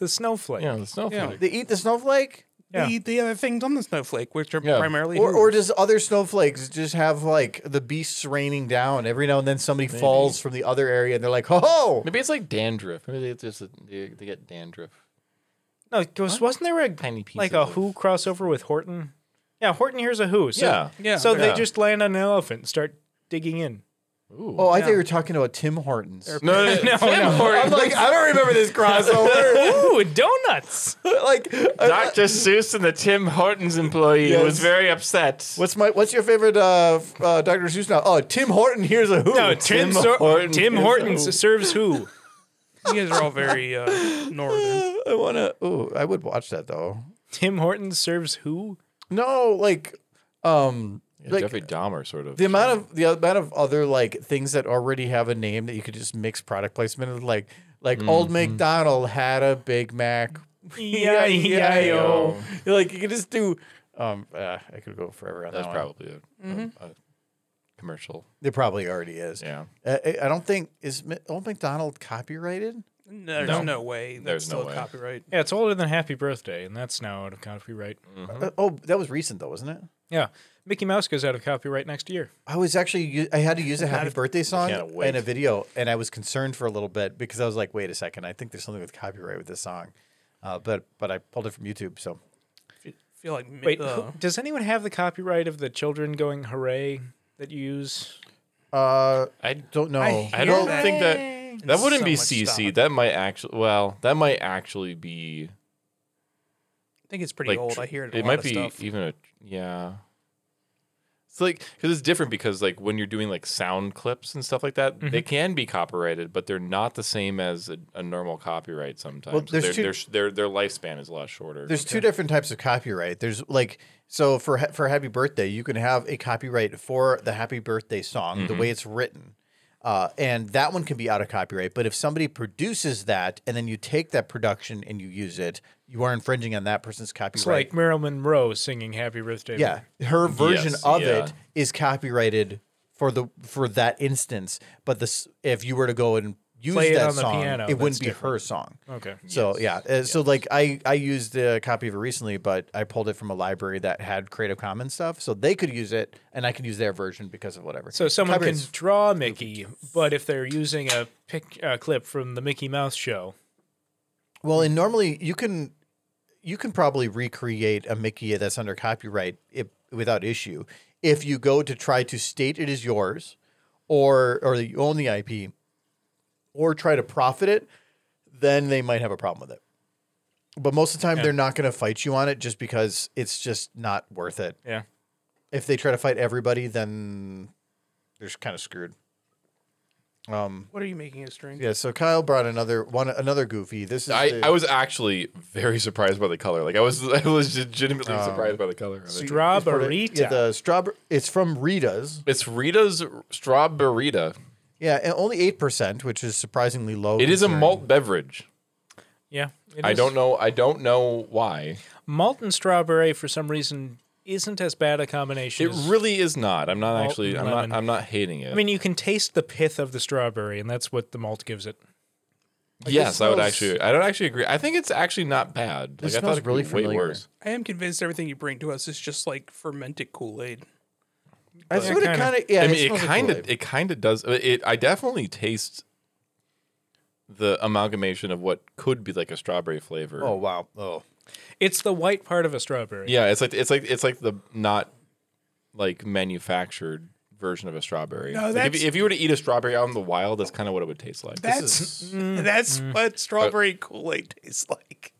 The snowflake. Yeah, the snowflake. They eat the snowflake, Yeah. They eat the other things on the snowflake, which are Yeah. primarily or who- or does other snowflakes just have like the beasts raining down every now and then? Somebody falls from the other area, and they're like, "Ho ho!" Maybe it's like dandruff. Maybe they just they, they get dandruff. No, 'cause wasn't there a Tiny piece like a of- Who crossover with Horton? Yeah, Horton here's a Who. So, Yeah. Yeah. So they Yeah. just land on an elephant and start digging in. Ooh. Oh, I thought you were talking about Tim Hortons. no, no, [laughs] no, I'm like, I don't remember this crossover. [laughs] [laughs] Ooh, [laughs] donuts! like, uh, Dr. Seuss and the Tim Hortons employee Yes. was very upset. what's my what's your favorite uh, f- uh, Dr. Seuss now? Oh, Tim Horton. Here's a who. No, Oh, Tim, Sor- Horton Tim is Horton a Who. serves Who. you guys are all very [laughs] uh, northern. I wanna. Oh, I would watch that though. Tim Horton serves Who. No, like, um, like Jeffrey Dahmer sort of. the amount of the amount of other like things that already have a name that you could just mix product placement with, like like Old McDonald had a Big Mac. [laughs] E-I-E-I-O. Like you could just do. Um, uh, I could go forever on That's that one. probably a, Mm-hmm. a, a commercial. It probably already is. Yeah. Uh, I I don't think is Mi- Old McDonald copyrighted. There's No. no, way. That's There's no still way. copyright. Yeah, it's older than Happy Birthday, and that's now out of copyright. Mm. Uh, oh, that was recent though, wasn't it? Yeah, Mickey Mouse goes out of copyright next year. I was actually u- I had to use a happy birthday song can't wait. and a video, and I was concerned for a little bit because I was like, wait a second, I think there's something with copyright with this song, uh, but but I pulled it from YouTube. So I feel like mi- Wait, uh, who, does anyone have the copyright of the children going hooray that you use? uh, I don't know. I hear don't that. think that that It's wouldn't so be much CC. stock. That might actually well, that might actually be I think it's pretty like old. tr- I hear it. in It a might lot be e- Of stuff. even a yeah. It's like because it's different because like when you're doing like sound clips and stuff like that, they Mm-hmm. can be copyrighted, but they're not the same as a, a normal copyright. Sometimes there's their, two- their sh- their their lifespan is a lot shorter. There's two different types of copyright. There's like so for ha- for Happy Birthday, you can have a copyright for the Happy Birthday song, the way it's written. Uh, and that one can be out of copyright. But if somebody produces that and then you take that production and you use it, you are infringing on that person's copyright. It's like Marilyn Monroe singing "Happy Birthday." Yeah, her version Yes, of yeah. it is copyrighted for the for that instance. But this, if you were to go and use Play it that on the song, piano, it wouldn't that's be her song. Okay. So yeah, uh, so like I I used a copy of it recently, but I pulled it from a library that had Creative Commons stuff, so they could use it, and I could use their version because of whatever. So someone can Copyright's- draw Mickey, but if they're using a pic uh, clip from the Mickey Mouse show, Well, and normally you can you can probably recreate a Mickey that's under copyright if, without issue if you go to try to state it is yours or or that you own the IP or try to profit it, then they might have a problem with it. But most of the time, they're not going to fight you on it just because it's just not worth it. yeah, If they try to fight everybody, then they're kind of screwed. What are you making a string? Yeah. So Kyle brought another one, another goofy. This is I, the- I was actually very surprised by the color. Like I was [laughs] I was legitimately Oh. surprised by the color of it. strawberry. Yeah, the strawberry. It's from Rita's. It's Rita's strawberry. Yeah, and only eight percent, which is surprisingly low. It is a considering- malt beverage. yeah it I is. don't know. I don't know why. Malt and strawberry for some reason isn't as bad a combination. It as- really is not. I'm not Malt actually. and I'm lemon. not. I'm not hating it. I mean, you can taste the pith of the strawberry, and that's what the malt gives it. yes, I would smells- actually. I don't actually agree. I think it's actually not bad. Like This I smells thought it really really be way familiar. worse. I am convinced everything you bring to us is just like fermented Kool Aid. That's Yeah, what it kinda. kind of. Yeah, I mean, it smells like kind of. Kool-Aid. It kind of does. uh, It. I definitely taste the amalgamation of what could be like a strawberry flavor. Oh wow. Oh. It's the white part of a strawberry. Yeah, it's like it's like it's like the not like manufactured version of a strawberry. No, Like, that's- if, if you were to eat a strawberry out in the wild, that's kind of what it would taste like. That's [laughs] that's Mm. Mm. what strawberry Kool Aid tastes like.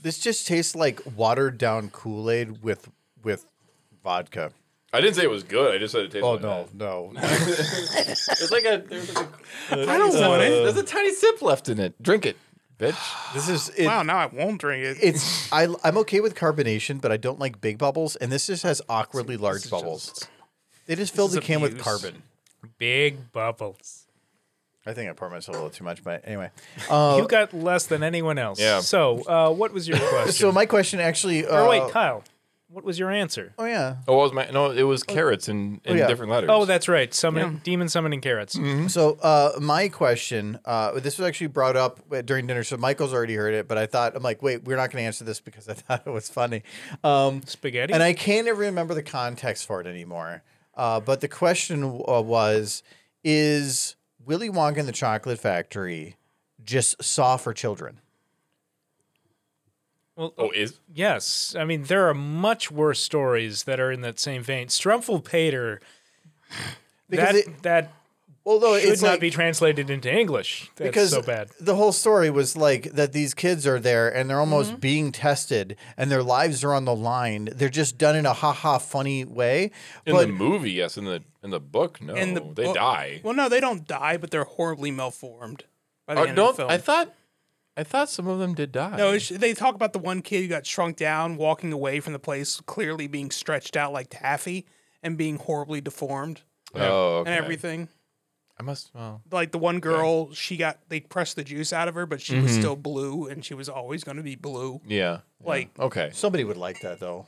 This just tastes like watered down Kool Aid with with vodka. I didn't say it was good. I just said it tasted. Oh like no, no. that. It's like a. There's like a I don't want it. there's a tiny sip left in it. Drink it, bitch. this is it, Wow, now I won't drink it. It's I I'm okay with carbonation, but I don't like big bubbles, and this just has awkwardly large bubbles. they just filled the is can with abuse. carbon. Big bubbles. I think I poured myself a little too much, but anyway. you got less than anyone else. Yeah. So, uh, what was your question? So my question actually. Uh, or wait, Kyle, what was your answer? Oh yeah. Oh, what was my no? It was carrots in, in yeah. different letters. Oh, that's right. Summon, Demon summoning carrots. So uh, my question, uh, this was actually brought up uh, during dinner. So Michael's already heard it, but I thought I'm like, wait, we're not going to answer this because I [laughs] thought it was funny, um, Spaghetti. and I can't even remember the context for it anymore. Uh, but the question uh, was, is Willy Wonka and the Chocolate Factory just saw for children? well, Oh, is Yes, I mean there are much worse stories that are in that same vein. Strumpful Pater, Because that it- that Although should it's not like, be translated into English. That's because so bad. the whole story was like that these kids are there and they're almost being tested and their lives are on the line. They're just done in a ha ha funny way. in but the movie? Yes, in the in the book, no, And Oh, they well- die. Well, no, they don't die, but they're horribly malformed by the Oh, end of don't the film. I thought I thought some of them did die. no, it's, they talk about the one kid who got shrunk down, walking away from the place, clearly being stretched out like taffy and being horribly deformed oh, okay. and everything. I must. Well, Like the one girl, she got they pressed the juice out of her, but she was still blue, and she was always going to be blue. yeah. Oh, Like Okay. Somebody would like that though.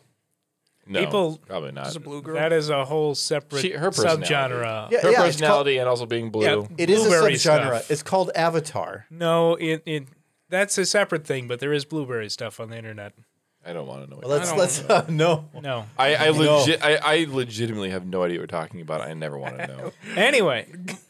No, People- probably not. just a blue girl. That is a whole separate She- her personality. subgenre. her yeah, it's called- personality and also being blue. Yeah. It is a Blueberry subgenre. stuff. It's called Avatar. No, it, it that's a separate thing, but there is blueberry stuff on the internet. I don't want to know. What Let's don't let's uh, no. No. I, I legit, I, I legitimately have no idea what we're talking about. I never [laughs] want to know. Anyway,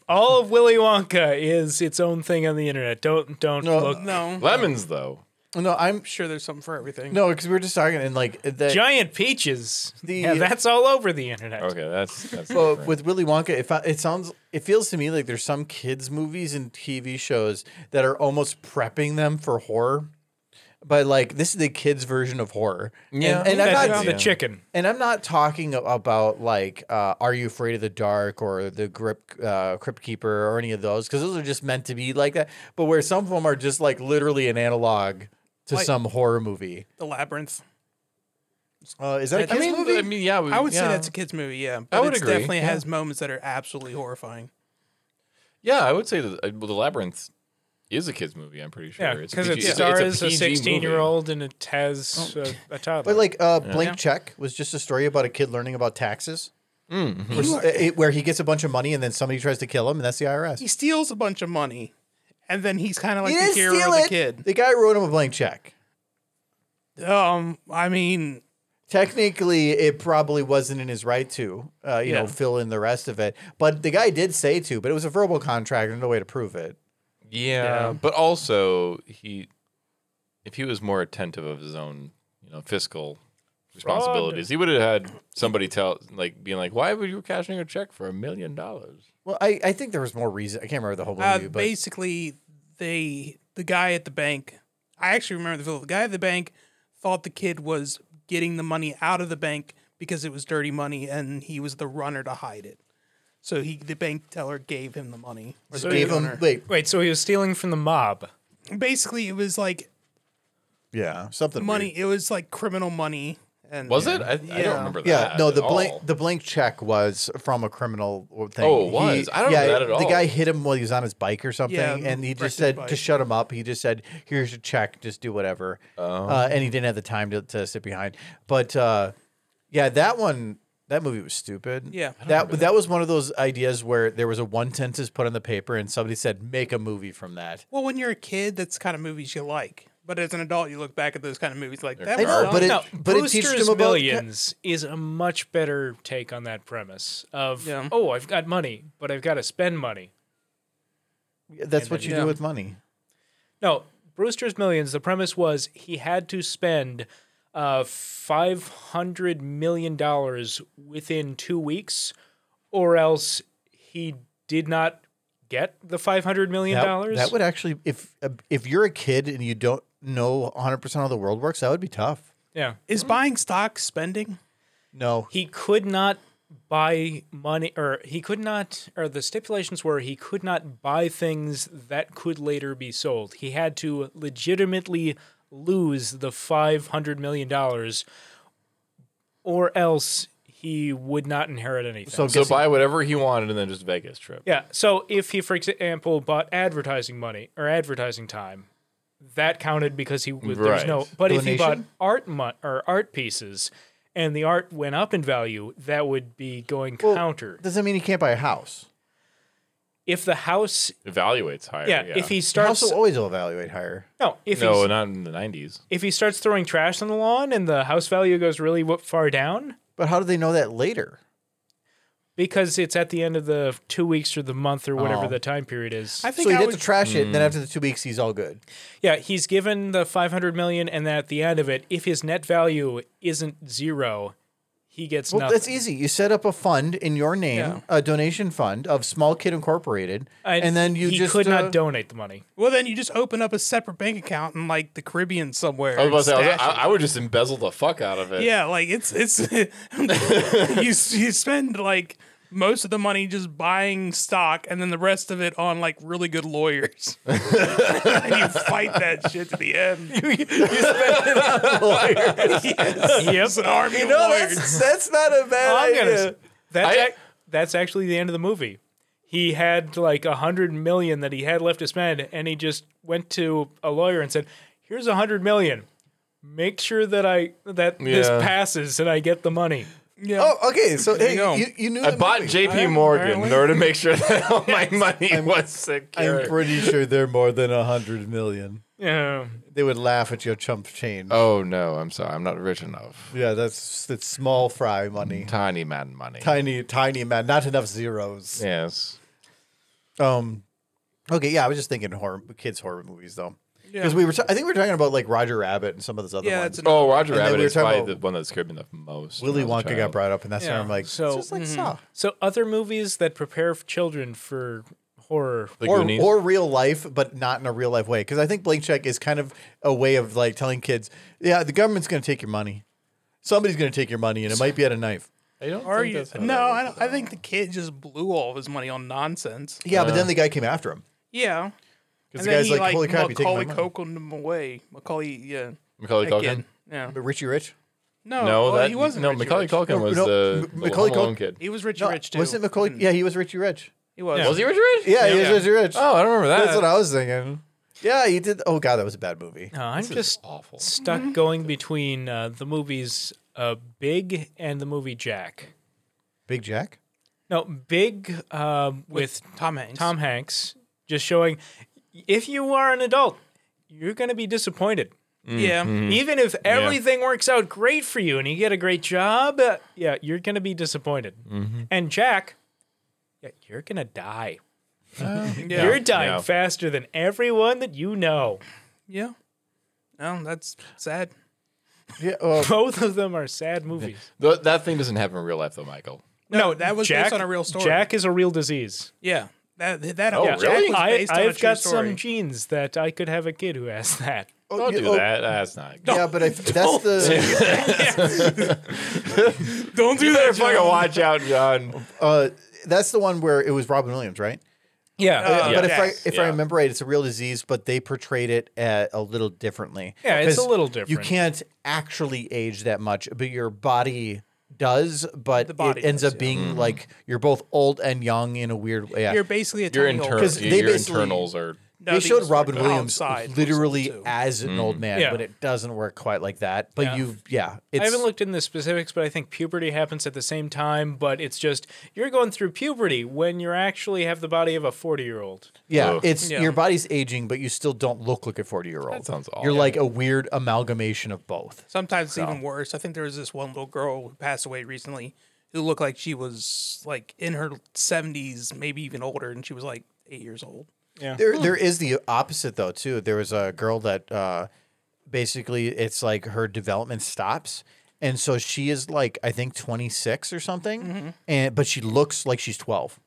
all of Willy Wonka is its own thing on the internet. Don't don't No. look. no, Lemons, though. No, I'm sure there's something for everything. no because we were just talking and like that. Giant peaches. The- yeah, that's all over the internet. Okay, that's that's. Well, different. uh, with Willy Wonka, it, fo- it sounds, it feels to me like there's some kids' movies and TV shows that are almost prepping them for horror, by like this is the kids' version of horror. Yeah. and, and I'm That's not on the chicken. And I'm not talking a- about like uh, Are You Afraid of the Dark or The Grip uh, Crypt Keeper or any of those because those are just meant to be like that. But where some of them are just like literally an analog to Like- some horror movie. The labyrinth. Uh, is that a I kids I mean, movie? I mean, yeah. We, I would yeah. say that's a kids movie. Yeah, but would it agree, definitely yeah. has moments that are absolutely horrifying. Yeah, I would say that uh, well, the labyrinth is a kids movie. I'm pretty sure. Yeah, It's because PG it it's a- it's stars a a PG 16 year movie. old and it has uh, a toddler. Oh. But like uh, Blank Yeah. Check was just a story about a kid learning about taxes. Where, s- it- where he gets a bunch of money and then somebody tries to kill him, and that's the IRS. He steals a bunch of money, and then he's kind of like He the didn't hero steal of the it. The guy wrote him a blank check. kid. Um, I mean, Technically, it probably wasn't in his right to, uh, you know, Yeah. fill in the rest of it. But the guy did say to, but it was a verbal contract and no way to prove it. Yeah, Yeah. but also he, if he was more attentive of his own, you know, fiscal responsibilities, he would have had somebody tell, like, being like, "Why were you cashing a check for a million dollars?" Well, I, I think there was more reason. I can't remember the whole uh, movie, but basically, they the guy at the bank. I actually remember the the guy at the bank thought the kid was getting the money out of the bank because it was dirty money, and he was the runner to hide it. So he, the bank teller, gave him the money. or the bank gave him. owner. Wait, Wait, so he was stealing from the mob. basically it was like yeah, something money. weird. It was like criminal money. And Was it? I, I Yeah. don't remember that. Yeah, no, at the all. blank the blank check was from a criminal thing. Oh, it was? I don't yeah, remember that at The guy all. hit him while he was on his bike or something, Yeah, and he wrecked his just said to bike. shut him up. He just said, "Here's your check, just do whatever." Oh. Uh, and he didn't have the time to, to sit behind. But uh, yeah, that one, that movie was stupid. Yeah. I don't that that was one of those ideas where there was a one sentence put on the paper, and somebody said, "Make a movie from that." Well, when you're a kid, that's the kind of movies you like. But as an adult, you look back at those kind of movies like that. I know, was but it- dumb. no, but it teaches Brewster's them about- Millions is a much better take on that premise of Yeah. oh, I've got money, but I've got to spend money. That's what you yeah. do with money. No, Brewster's Millions. The premise was he had to spend uh, five hundred million dollars within two weeks, or else he did not get the five hundred million That, dollars. that would actually, if if you're a kid and you don't know 100 percent how the world works, that would be tough. yeah. is buying stock spending? No, He could not buy money, or he could not, or the stipulations were he could not buy things that could later be sold. He had to legitimately lose the five hundred million dollars, or else he would not inherit anything. so, So guess- buy whatever he wanted and then just Vegas trip. Yeah. So if he, for example, bought advertising money or advertising time, that counted because he was there's Right. no. But if he bought Donation? art mon- or art pieces, and the art went up in value, that would be going Well, counter. Doesn't mean you can't buy a house. If the house, Evaluates higher. yeah, if he starts, Houses always will evaluate higher. no, if Uh, no, he not in the nineties. if he starts throwing trash on the lawn and the house value goes really wa- far down But how do they know that later? because it's at the end of the two weeks or the month or whatever Oh. the time period is. I So think you I have was to trash it, and then after the two weeks, he's all good. Yeah, he's given the 500 million and then at the end of it if his net value isn't 0, he gets Well, nothing. e- that's easy. You set up a fund in your name, Yeah. a donation fund of Small Kid Incorporated, And, and, then you he just could uh, not donate the money. well. Then you just open up a separate bank account in like the Caribbean somewhere. I was about to and say, I, was- stash I- I would just embezzle the fuck out of it. it. yeah, like it's it's you s- [laughs] you spend like most of the money just buying stock, and then the rest of it on like really good [laughs] lawyers, and you fight that shit to the [laughs] end. [laughs] yep. It's an army of No, lawyers. that's, that's not a bad I'm idea. gonna s- that's, uh, I- ac- that's actually the end of the movie. He had like 100 million that he had left to spend and he just went to a lawyer and said, "Here's 100 million. Make sure that I that this Yeah. passes and I get the money." Yeah. Oh, okay. So hey, go. you, you knew I the bought movie. J.P. Morgan apparently. in [laughs] order to make sure that all my money was secure. I'm pretty sure they're more than a hundred million. Yeah. They would laugh at your chump change. oh no, I'm sorry, I'm not rich enough. Yeah, that's that's small fry money. Tiny man money. Tiny, tiny man. Not enough zeros. yes. Um, okay, yeah, I was just thinking horror kids horror movies though, because we were. ta- I think we were talking about like Roger Rabbit and some of those other Yeah, ones. it's an Oh, Roger And then Rabbit we were is talking probably about- the one that scared me the most. when Willy I was a Wonka got child. brought up, and that's where Yeah. I'm like, So- it's just like Saw. So other movies that prepare children for horror The Or, Goonies. or real life, but not in a real life way. Because I think blank check is kind of a way of like telling kids, yeah, the government's going to take your money. Somebody's going to take your money, and it might be at a knife. I don't Are think you? that's how No, that I, works. don't, I think the kid just blew all of his money on nonsense. Yeah, Uh. but then the guy came after him. Yeah, Because the guy's like, holy crap, you Macaulay take my money. Culkin him away. Macaulay, yeah, Macaulay that kid. Culkin. Yeah, But Richie Rich? no, No, well, that he wasn't. No, Richie Macaulay Rich. Culkin No, was no, the, M- the Macaulay Home Alone Culkin- kid. He was Richie No, Rich too. Mm-hmm. Wasn't Macaulay? Yeah, he was Richie Rich. He was. Was he Richard Rich? Yeah, he Yeah. was rich. Oh, I don't remember that. That's what I was thinking. Yeah, he did. Oh god, that was a bad movie. No, Uh, I'm This is just awful. stuck going between uh, the movies uh, Big and the movie Jack. Big Jack. No, Big um, with, Tom Hanks. Tom Hanks just showing if you are an adult, you're going to be disappointed. Mm. Yeah. Mm-hmm. Even if everything works out great for you and you get a great job, uh, yeah, you're going to be disappointed. And Jack, yeah, you're going to die. Yeah. You're dying Yeah. faster than everyone that you know. Yeah. No, that's sad. Yeah. Oh, Both of them are sad movies. Th- that thing doesn't happen in real life, though, Michael. No, that was based on a real story. Jack is a real disease. Yeah. That that Oh, whole Jack really? was I, based on a I've true got story. some genes that I could have a kid who has that. Don't yeah, do oh, that. That's not good. Yeah, but if that's the Don't do You that. better John. fucking watch out, [laughs] John. uh, that's the one where it was Robin Williams, right? Yeah. Uh, but if yeah. I if I Yeah. remember right, it's a real disease, but they portrayed it uh a little differently. Yeah, it's a 'Cause little different. You can't actually age that much, but your body does. But The body it ends does, up yeah. being like you're both old and young in a weird way. Yeah. You're basically a Your tiny old- internal, 'Cause they your basically- internals are. No, they the showed old Robin story, but Williams outside was literally old, too. as an Mm. old man, Yeah. but it doesn't work quite like that. But Yeah. you, yeah, it's I haven't looked in the specifics, but I think puberty happens at the same time. But it's just you're going through puberty when you actually have the body of a 40 year old. yeah, Ugh. it's Yeah. your body's aging, but you still don't look like a forty year old. That sounds You're awful. like a weird amalgamation of both. Sometimes it's even worse. I think there was this one little girl who passed away recently who looked like she was like in her 70s, maybe even older, and she was like eight years old. There, Hmm. there is the opposite though too. There was a girl that uh, basically it's like her development stops, and so she is like I think 26 or something, and but she looks like she's 12.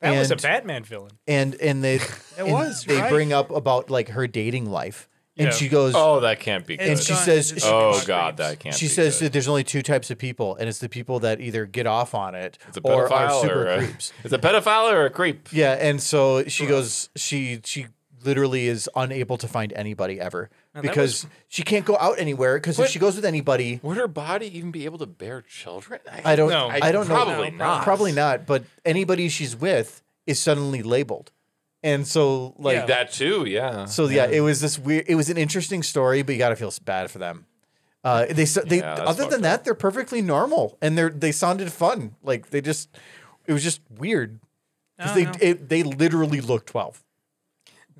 Mm-hmm. That was a And- Batman villain. And and [laughs] they and was, they right. bring up about like her dating life, and Yeah. she goes, Oh, that can't be good. and It's she done. says, It's she- done. oh She- God, that can't. she be says good. that there's only two types of people, and it's the people that either get off on it it's a or are pedophile super or a, [laughs] creeps. it's a pedophile or a creep. Yeah, and so she goes. She she literally is unable to find anybody ever because she can't go out anywhere. Because if What? she goes with anybody, Would her body even be able to bear children? I don't. No. I don't know. Probably not. Probably not. But anybody she's with is suddenly labeled, and so like. Yeah. That too, yeah. So yeah, it was this weird. It was an interesting story, but you gotta feel s- bad for them. Uh, they s- they Yeah, that's other than fucked that, they're perfectly normal and they're they sounded fun. Like they just, it was just weird because I they don't it, they literally look twelve.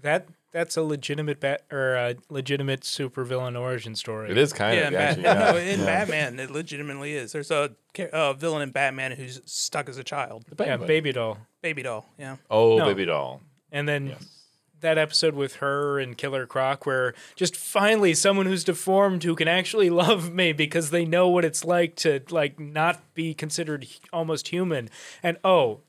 That that's a legitimate bat or a legitimate supervillain origin story. it is kind Yeah, of in, Bat- [laughs] actually, no, yeah. in Batman, it legitimately is. There's a, ca- a villain in Batman who's stuck as a child, Yeah, baby doll. baby doll. [laughs] Yeah, Oh, No. baby doll. And then that episode with her and Killer Croc, where just finally someone who's deformed who can actually [laughs] love me because they know what it's like to like not be considered h- almost human. And oh,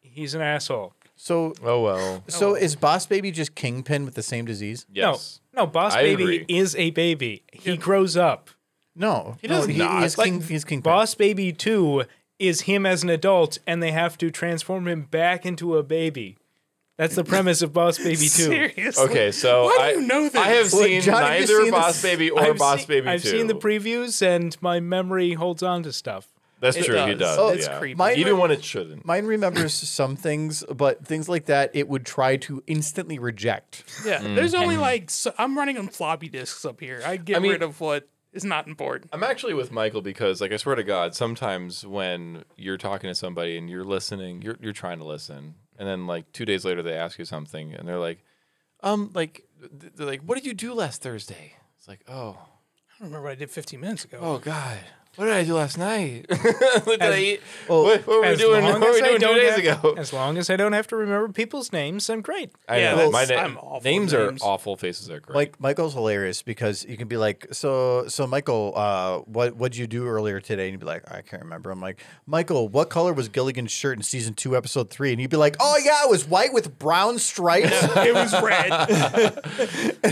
he's an asshole. So Oh well. So is Boss Baby just Kingpin with the same disease? Yes. No, no, Boss I Baby agree. is a baby. He grows up. No, he does no, not. He's, Like, King, he's Kingpin. Boss Baby 2 is him as an adult and they have to transform him back into a baby. That's [laughs] the premise of Boss Baby 2. seriously. [laughs] Okay, so Why I do you know I have this? Well, seen John, have you neither seen Boss this? Baby or I've Boss seen- Baby I've 2. seen the previews and my memory holds on to stuff. That's It true. He does. does. Oh, yeah. it's creepy. Mine Even were- when it shouldn't. Mine remembers some things, but things like that it would try to instantly reject. Yeah, Mm. there's only like so, I'm running on floppy disks up here. I get I mean- rid of what is not important. I'm actually with Michael because, like, I swear to God, sometimes when you're talking to somebody and you're listening, you're you're trying to listen, and then like two days later they ask you something, and they're like, um, like th- they're like, what did you do last Thursday? It's like, oh, I don't remember what I did 15 minutes ago. oh God. What did I do last night? [laughs] what did I eat? what, what were we As doing? long [laughs] What were as we I doing two don't days have- ago? As long as I don't have to remember people's names, I'm great. [laughs] I Yeah, know. that's- My na- I'm awful at names are names. awful. Faces are great. Like Michael's hilarious because you can be like, so so Michael, uh, what what'd you do earlier today? And you'd be like, I can't remember. I'm like, Michael, what color was Gilligan's shirt in season two, episode three? And you'd be like, Oh yeah, it was white with brown stripes. [laughs] it was [laughs] red. it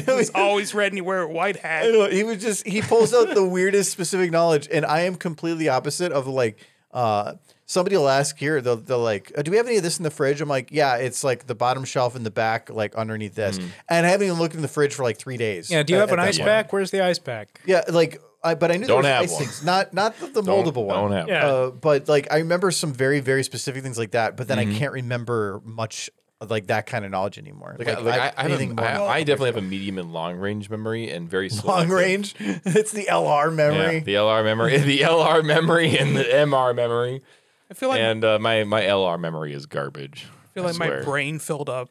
was always red, and you wear a white [laughs] I hat. know he was just he pulls out the weirdest specific knowledge, and I am completely opposite of like uh somebody will ask here they'll, they'll like uh, do we have any of this in the fridge i'm like yeah it's like the bottom shelf in the back like underneath this and i haven't even looked in the fridge for like three days Mm-hmm. Yeah, do you a- have at an that ice point. pack? Where's the ice pack? yeah like I, but I knew Don't there have was ice one. things, not not the, the Don't- moldable one. don't have Yeah. Uh, but like I remember some very very specific things like that. But then Mm-hmm. I can't remember much of, like that kind of knowledge anymore. Like, I, like, I, I, have anything a, more I, I definitely have a medium and long range memory and very [laughs] long selective. range. [laughs] it's the LR memory. Yeah, the LR memory, [laughs] the LR memory, and the MR memory, I feel like and uh, my my LR memory is garbage. I feel like my brain filled up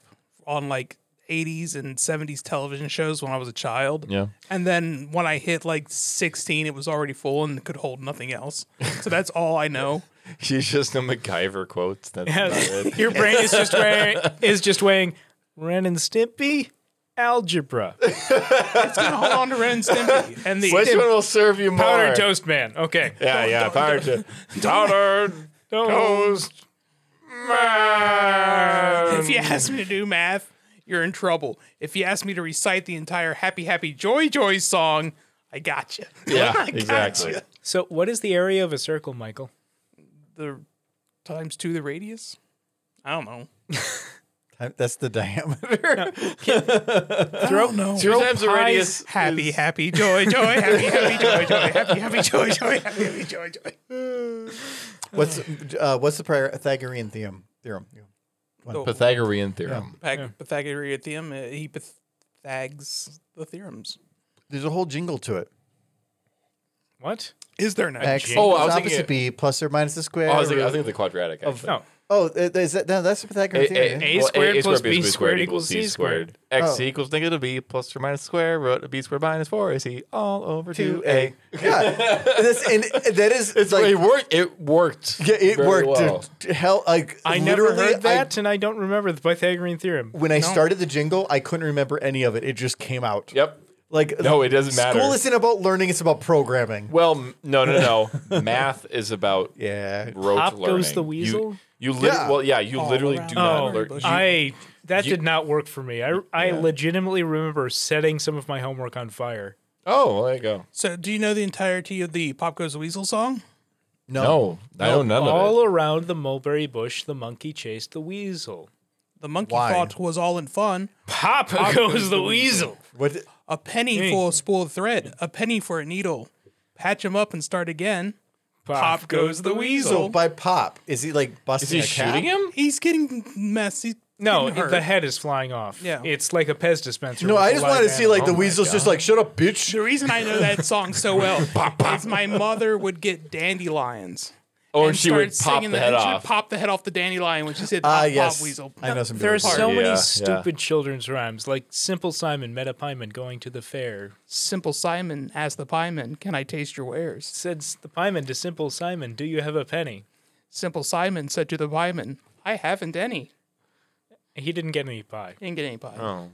on like 80s and 70s television shows when I was a child. Yeah. And then when I hit like 16, it was already full and could hold nothing else. So that's all I [laughs] know. [laughs] She's just a MacGyver quotes. That's [laughs] [laughs] about it. Your brain is just wearing is just weighing Ren and Stimpy algebra. It's going to hold on to Ren and [laughs] Stimpy. And the Which one will serve you more? Powder toast man. Okay. [laughs] Oh. Yeah, Oh. yeah, powder toast. [laughs] Powder toast. man. [laughs] If you ask me to do math, you're in trouble. If you ask me to recite the entire Happy Happy Joy Joy song, I got you. [laughs] Yeah, exactly. So what is the area of a circle, Michael? [laughs] The times two the radius? I don't know. I- That's the diameter. [laughs] Throw no. Two times the pies radius. Happy, happy, joy, joy, happy, happy, joy, joy, happy, happy, joy, joy, happy, happy, joy, joy. what's uh, what's the Pythagorean theorem? Theorem. Pythagorean theorem. Pythag- Pythagorean theorem, uh, he pythags the theorems. There's a whole jingle to it. What? Is there no? X jingle? Oh, I equals was opposite thinking- b plus or minus the square. Oh, I was root- thinking, I was thinking the quadratic. Actually. No. oh, th- is that no? That's the Pythagorean theorem. A squared plus B squared equals C squared. X Oh. equals negative b plus or minus square root of b squared minus 4ac all over 2a. Yeah, that's, and that [laughs] is it's like it worked. It worked. [laughs] yeah, it very worked. well. dude. Hell, like I never literally, heard I- that, and I don't remember the Pythagorean theorem. when I started the jingle, I couldn't remember any of it. It just came out. Yep. Like No, it doesn't matter. School isn't about learning; it's about programming. Well, m- no, no, [laughs] no. Math is about Yeah. rote Up learning. goes the weasel? You, you lit- Yeah. well, yeah, you literally around. do Oh, not learn. I that did not work for me. I I legitimately remember setting some of my homework on fire. oh, well, there you go. So, do you know the entirety of the Pop Goes the Weasel song? No. No, I know none of All it. around the mulberry bush, the monkey chased the weasel. The monkey Why? thought was all in fun. Pop, goes the weasel. What? A penny for a spool of thread, a penny for a needle. Patch him up and start again. Pop, goes the So weasel. by pop, is he like busting? Is he a cat? shooting him? He's getting messy. No, getting hurt. Oh, the head is flying off. Yeah. It's like a Pez dispenser. No, with I a just live wanted to see animal. Oh like the weasel's just like shut up, bitch. The reason I know that song so well is my mother would get dandelions. Or she would started pop singing the head and she would off. pop the head off the dandelion when she said Ah, pop, yes. pop weasel. I know some. There are people so who Yeah, many yeah. stupid children's rhymes, like Simple Simon met a pieman going to the fair. Simple Simon asked the pieman, "Can I taste your wares?" Said s- the pieman to Simple Simon, "Do you have a penny?" Simple Simon said to the pieman, "I haven't any." He didn't get any pie. Didn't get any pie. Oh.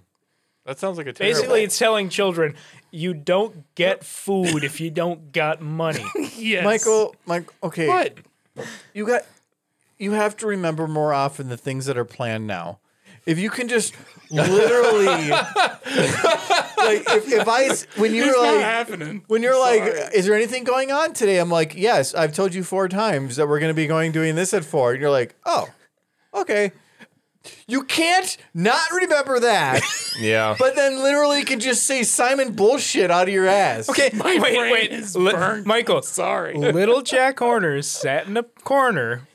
That sounds like a terrible. Basically, it's telling children you don't get food if you don't [laughs] got money. Yes. Michael, Mike, okay, What? you got, you have to remember more often the things that are planned now. If you can just [laughs] literally, like, if, if I, s- when you're like, happening. when you're like, is there anything going on today? I'm like, yes, I've told you four times that we're going to be going doing this at four. And you're like, oh, okay. You can't not [laughs] remember that, yeah. but then literally can just say Simon bullshit out of your ass. okay, [laughs] wait, brain wait, is Li- burnt. Michael. Sorry. [laughs] Little Jack Horner sat in a corner.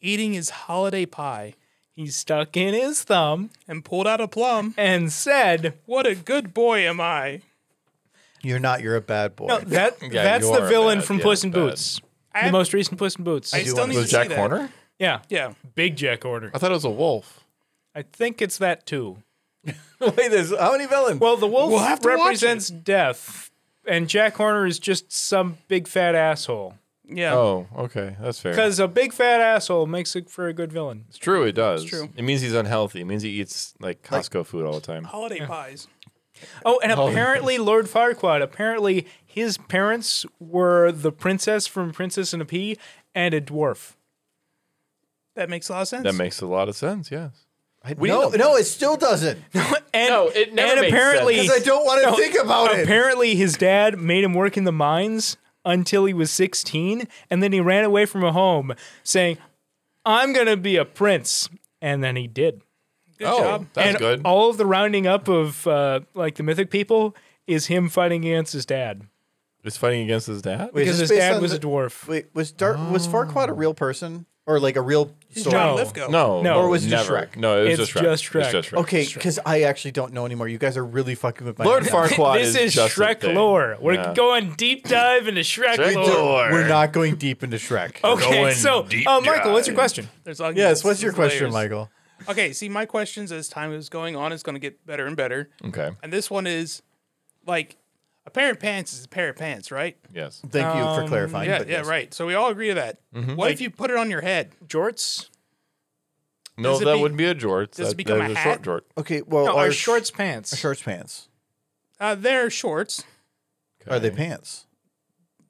Eating his holiday pie He stuck in his thumb and pulled out a plum. and said, What a good boy am I! You're not, you're a bad [laughs] boy. No, that Yeah, that's you the are villain bad. from Yeah, Puss in bad. Boots. I- the most recent Puss in Boots. I still need was to Jack see that. [laughs] Horner? yeah. Yeah. Big Jack Horner. I thought it was a wolf. I think it's that too. Wait, there's how many villains? Well, the wolf We'll have to watch represents death, and Jack Horner is just some big fat asshole. Yeah. Oh, okay, that's fair. Because a big fat asshole makes it for a good villain. It's true. It does. true. It means he's unhealthy. It means he eats like Costco food all the time. Holiday pies. Oh, and apparently Lord Farquaad. Apparently his parents were the princess from Princess and a Pea and a dwarf. That makes a lot of sense. That makes a lot of sense. Yes. no, no, it still [laughs] doesn't. And, No, it never and makes apparently sense. Because I don't want to think about it. Apparently, his dad made him work in the mines until he was 16, and then he ran away from home saying, I'm going to be a prince. And then he did. Good oh, job. that's and good. all of the rounding up of uh, like the mythic people is him fighting against his dad. He's fighting against his dad. Wait, because is his this based dad on was the- a dwarf. Wait, was Dar- was Farquaad a real person or like a real He's story? John No. Lithgow. No, No. Or was it just never. Shrek? No, it was It's just Shrek. just Shrek. It's just Shrek. Okay, because I actually don't know anymore. You guys are really fucking with my Lord head. [laughs] Farquaad this is, is, just a Shrek thing. lore. We're Yeah. going deep dive into Shrek, Shrek lore. lore. We're not going deep into Shrek. [laughs] Okay, Going so deep uh, Michael, what's your question? There's all- Yes, what's your there's question, layers. Michael? Okay, see, my questions as time is going on is going to get better and better. Okay. And this one is like a pair of pants is a pair of pants, right? Yes. Thank you for clarifying. Um, Yeah, but yeah, yes. right. So we all agree to that. What if you put it on your head? Jorts? No, Does it that be- wouldn't be a jort. does it That- become that a is hat? short Okay, well, No, are are sh- shorts pants. are shorts pants? Uh, they're shorts. jort. Are they Okay. pants?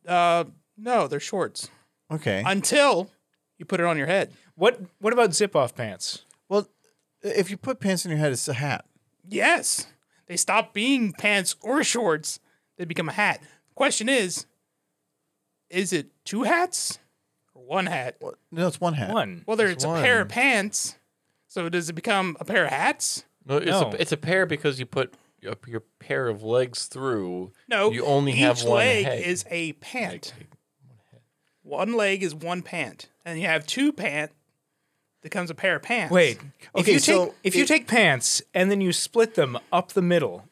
Uh, no, they're shorts. Okay. Until you put it on your head. What What about zip off pants? well, if you put pants in your head, it's a hat. Yes, they stop being pants or shorts. They become a hat. Question is, is it two hats or one hat? What? No, it's one hat. One. Well, there's It's a pair one. of pants. So does it become a pair of hats? No, it's, No. A, it's a pair because you put your, your pair of legs through. No. You only each have one leg head. is a pant. One leg is one pant, and you have two pant. Becomes a pair of pants. Wait. if Okay, you take so if you it- take pants and then you split them up the middle,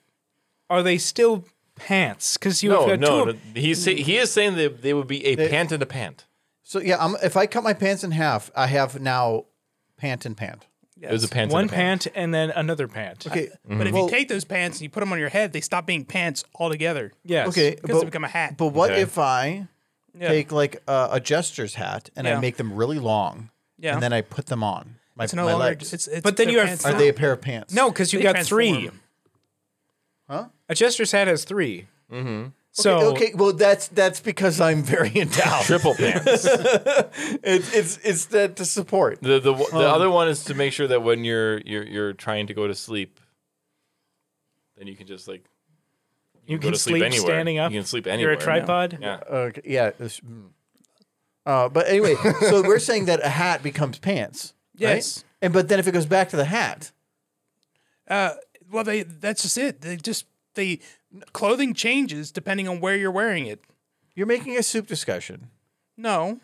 are they still pants? Because you No, have got two. no, of- no. He's say, he is saying that they would be a pant and a pant. So yeah, I'm, if I cut my pants in half, I have now pant and pant. It was a pant. one and a pant. pant and then another pant. Uh, Okay, But if well, you take those pants and you put them on your head, they stop being pants altogether. Yes. okay, Because they but, become a hat. but what Okay. if I Yeah. take like a, a jester's hat and Yeah. I make them really long, Yeah. and then I put them on my, it's no my longer. legs? It's, it's But then their you have- pants Are now. they a pair of pants? No, because you They got three. transform. Huh? A jester's hat has 3 Mm-hmm. So okay, well that's that's because I'm very endowed. Triple [laughs] pants. It's it's it's that to support. the the, the other one is to make sure that when you're you're you're trying to go to sleep, then you can just like you go can to sleep, sleep anywhere. standing up. You can sleep You're anywhere. a tripod. Yeah. Okay, yeah. it was- mm. uh, but anyway, so we're saying that a hat becomes pants. right? Yes. And but then if it goes back to the hat, Uh, well, they. That's just it. They just they clothing changes depending on where you're wearing it. you're making a soup discussion. No.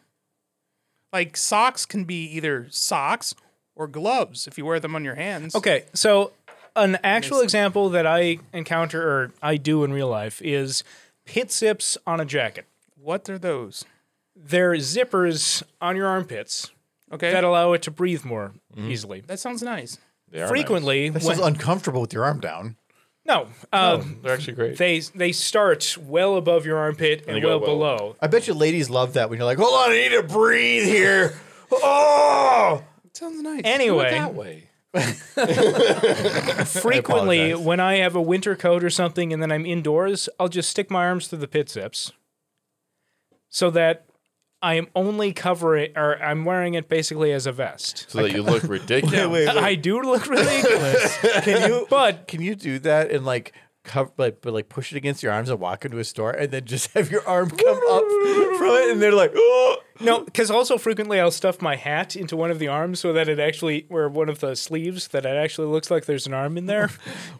Like socks can be either socks or gloves if you wear them on your hands. Okay, so an actual example that I encounter or I do in real life is pit zips on a jacket. What are those? They're zippers on your armpits Okay. that allow it to breathe more easily. that sounds nice. Mm-hmm. They are nice. Frequently, That when- sounds uncomfortable with your arm down. no, uh, They're actually great. they they start well above your armpit and, they go well, well- [laughs] below. I bet you ladies love that when you're like, hold on, I need to breathe here. Oh, Sounds nice. that Anyway, way. frequently apologize. when I have a winter coat or something and then I'm indoors, I'll just stick my arms through the pit zips so that I am only covering or I'm wearing it basically as a vest. So that you look ridiculous. I do look ridiculous, [laughs] can you but can you do that and like cover like but like push it against your arms and walk into a store and then just [laughs] have your arm come up from it and they're like, oh. no, because also frequently I'll stuff my hat into one of the arms so that it actually, or one of the sleeves, that it actually looks like there's an arm [laughs] in there.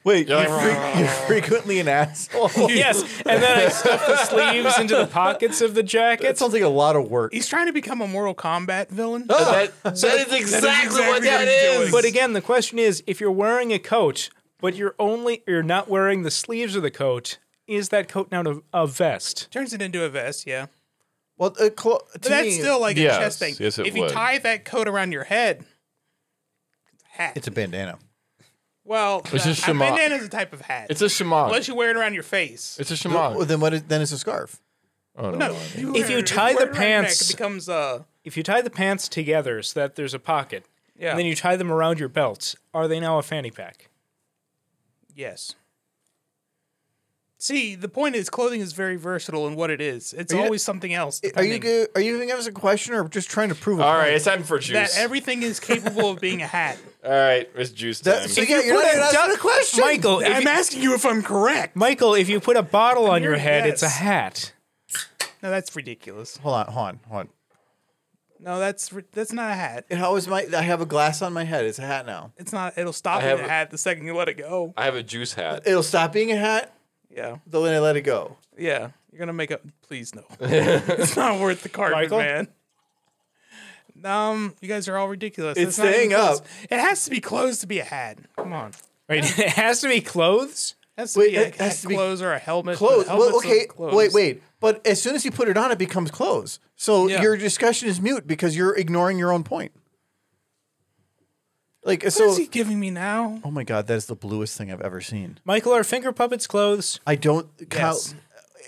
Wait, you're, fre- [laughs] you're frequently an asshole. yes, and then I stuff the sleeves into the pockets of the That jacket. sounds like a lot of work. He's trying to become a Mortal Kombat villain. that, that is exactly what that is. But again, the question is, if you're wearing a coat, but you're only you're not wearing the sleeves of the coat, is that coat now a, a vest? Turns it into a vest, yeah. Well, uh, clo- to But that's me, still like Yes, a chest thing. yes, it if would. you tie that coat around your head, it's a hat. it's a bandana. well, It's uh, a a shema- bandana is a type of hat. it's a Unless shamag. you wear it around your face. It's a Well, shamag. Oh, then what? Is, then it's a scarf. Oh, no. no, no. If you wear- tie wear the it around your neck, pants- it becomes uh, If you tie the pants together so that there's a pocket, yeah. and then you tie them around your belt, are they now a fanny pack? yes. See, the point is, clothing is very versatile in what it is. It's you- always something else. Are you depending. go- are you giving us a question or just trying to prove? A All point? right, it's time for juice. That everything is capable of being a hat. All right, it's juice time. That, Uh, so yeah, you're put not a even asking duck- a question, Michael, if you, asking you if I'm correct. Michael, if you put a bottle on your Yes. head, it's a hat. No, that's ridiculous. Hold on, hold on, hold No, that's ri- that's not a hat. on. How is my? I have a glass on my head. It's a hat now. It's not. It'll stop I being have- a hat the second you let it go. Oh, I have a juice hat. It'll stop being a hat. Yeah. Though when I let it go. Yeah. You're gonna make a please [laughs] no. it's not worth the carpet, Michael? man. Um, you guys are all ridiculous. It's That's not even staying up. close. It has to be clothes to be a hat. Come on. Wait, [laughs] it has to be clothes. has to Wait, be a, it has hat to be clothes or a helmet. but Clothes. helmets Well, are okay. clothes. Wait, wait. But as soon as you put it on, it becomes clothes. So Yeah. your discussion is mute because you're ignoring your own point. Like What so. is he giving me now? oh my god, that is the bluest thing I've ever seen. Michael, are finger puppets clothes? I don't. Kyle, Yes.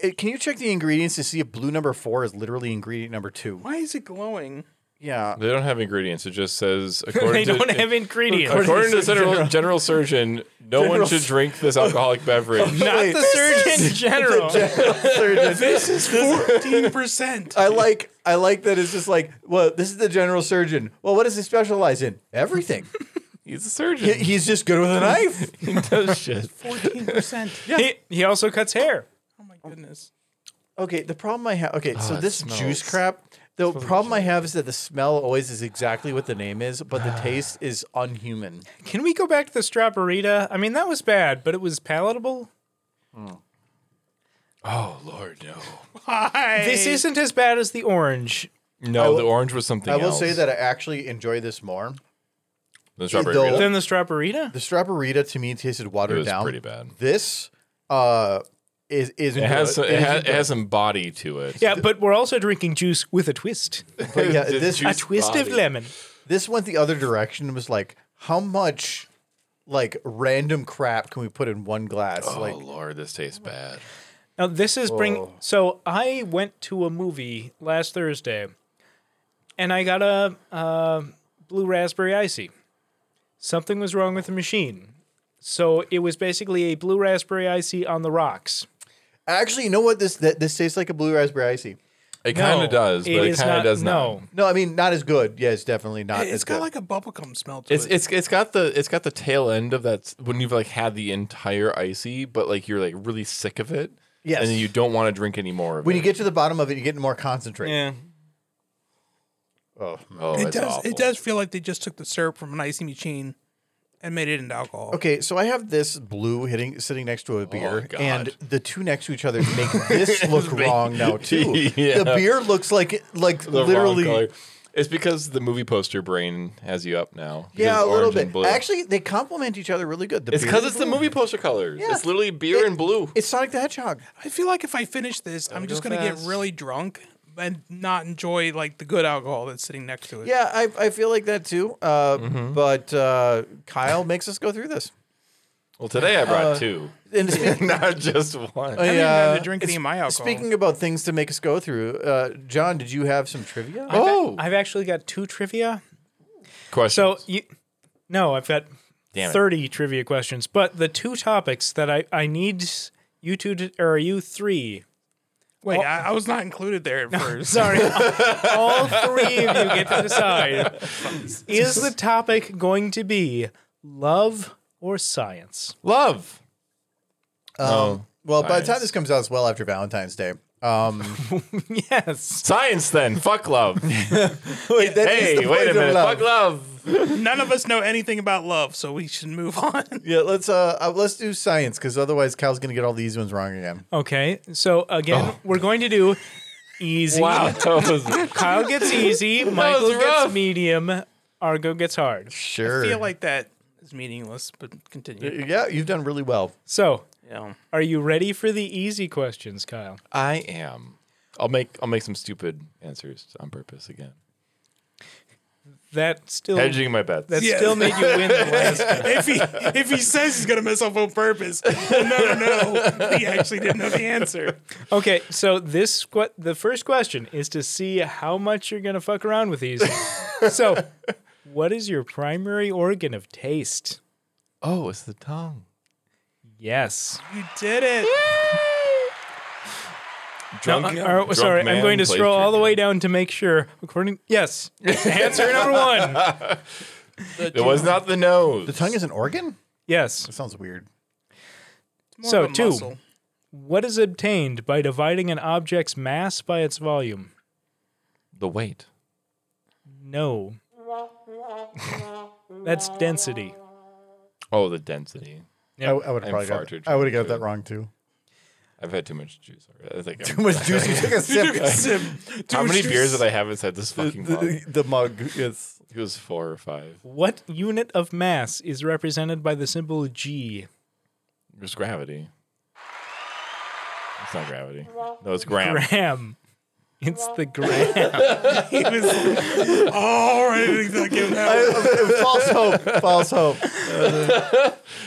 uh, can you check the ingredients to see if blue number four is literally ingredient number two? Why is it glowing? Yeah. They don't have ingredients. It just says They according to don't [laughs] have ingredients. according to the general, general surgeon, no one should drink this alcoholic beverage. Not Wait, the surgeon general. This is [laughs] Fourteen percent. I like I like that it's just like, well, this is the general surgeon. Well, what does he specialize in? Everything. [laughs] He's a surgeon. He- He's just good with a knife. He does shit. Fourteen percent. he, he also cuts hair. Oh my goodness. Okay, the problem I have. Okay, so Ah, it this smells. juice crap. The problem I have is that the smell always is exactly what the name is, but Ah. the taste is unhuman. Can we go back to the strawberita? I mean, that was bad, but it was palatable. Oh Lord, no. Hi. This isn't as bad as the orange. No, the orange was something I will else. say that I actually enjoy this more. the strawberry though- Rita, Then the strawberita? The strawberita to me tasted it watered was down. pretty bad. This uh is is It has some, it, has, it has some body to it. Yeah, but we're also drinking juice with a twist. [laughs] yeah, The this A juice twist of body. lemon. this went the other direction and was like, how much like random crap can we put in one glass? Oh like Lord, this tastes bad. Now this is bring. Oh. Whoa. So I went to a movie last Thursday, and I got a, uh blue raspberry icy. Something was wrong with the machine, so it was basically a blue raspberry icy on the rocks. actually, you know what this that, this tastes like a blue raspberry icy. It kind No, of does, but it is kind of does No, not. No, I mean not as good. Yeah, it's definitely not as It's good. got like a bubblegum smell to It's it. it's it's got the it's got the tail end of that s- when you've like had the entire icy, but like you're like really sick of it. Yes. And then you don't want to drink any more of when it. you get to the bottom of it, you get more concentrate. yeah. Oh, man. oh, It it's does. awful. It does feel like they just took the syrup from an icy machine and made it into alcohol. Okay, so I have this blue hitting sitting next to a beer, Oh, God. and the two next to each other make [laughs] this look wrong now too. Yeah. The beer looks like like The wrong literally color. It's because the movie poster brain has you up now. because yeah, a it's little orange and bit. blue. Actually, they complement each other really good. The it's beer because and it's the blue. movie poster colors. Yeah. It's literally beer It- and blue. It's Sonic the Hedgehog. I feel like if I finish this, I'm just go gonna fast. get really drunk and not enjoy like the good alcohol that's sitting next to it. Yeah, I, I feel like that too. Uh, But uh, Kyle makes us go through [laughs] this. Well, today I brought two, And [laughs] speak- not just one. I haven't I, even had uh, to drink any of my alcohol. speaking about things to make us go through, uh, John, did you have some trivia? oh, I've actually got two trivia. question. So you, no, I've got Damn it. thirty trivia questions, but the two topics that I I need you two to, or you three Wait, I, I was not included there at first. [laughs] Sorry. All three of you get to decide. Is the topic going to be love or science? love. Um, well, by the time science. this comes out, it's well after Valentine's Day. Um, Yes. Science then. Fuck [laughs] love. [laughs] wait, that is hey, the wait point a of minute. love. Fuck [laughs] love. None of us know anything about love, so we should move [laughs] on. Yeah, let's uh, uh, let's do science because otherwise Kyle's gonna get all these ones wrong again. Okay. So again, we're going to do easy. Oh. Oh, Wow, that was [laughs] Kyle gets easy, Michael was rough. gets medium, Argo gets hard. Sure. I feel like that is meaningless, but continue. yeah, you've done really well. So, Yeah. are you ready for the easy questions, Kyle? I am. I'll make I'll make some stupid answers on purpose again. That still Hedging my bets. that Yeah. still made you win the last if he if he says he's gonna mess up on purpose, no, no, no, he actually didn't know the answer. Okay, so this que- the first question is to see how much you're gonna fuck around [laughs] with these. so, what is your primary organ of taste? oh, it's the tongue. Yes. You did it. Drunk, Uh, uh, sorry, I'm going to scroll all the way down to make sure. According, [laughs] yes, answer number one. It was not the nose. The tongue is an organ. Yes. That sounds weird. More So, of a two. muscle. What is obtained by dividing an object's mass by its volume? the weight. No. [laughs] That's density. Oh, the density. I, I would And probably farted got, I would have got that wrong too. [laughs] I've had too much juice already. I think Too much [laughs] juice. You took a sip. sip. How many beers did I have inside this the, fucking mug? the- the mug is It was four or five. What unit of mass is represented by the symbol G? It was gravity. It's not gravity. No, it's gram. Gram. It's [laughs] the gram. He was all ready to give that. false hope. False hope.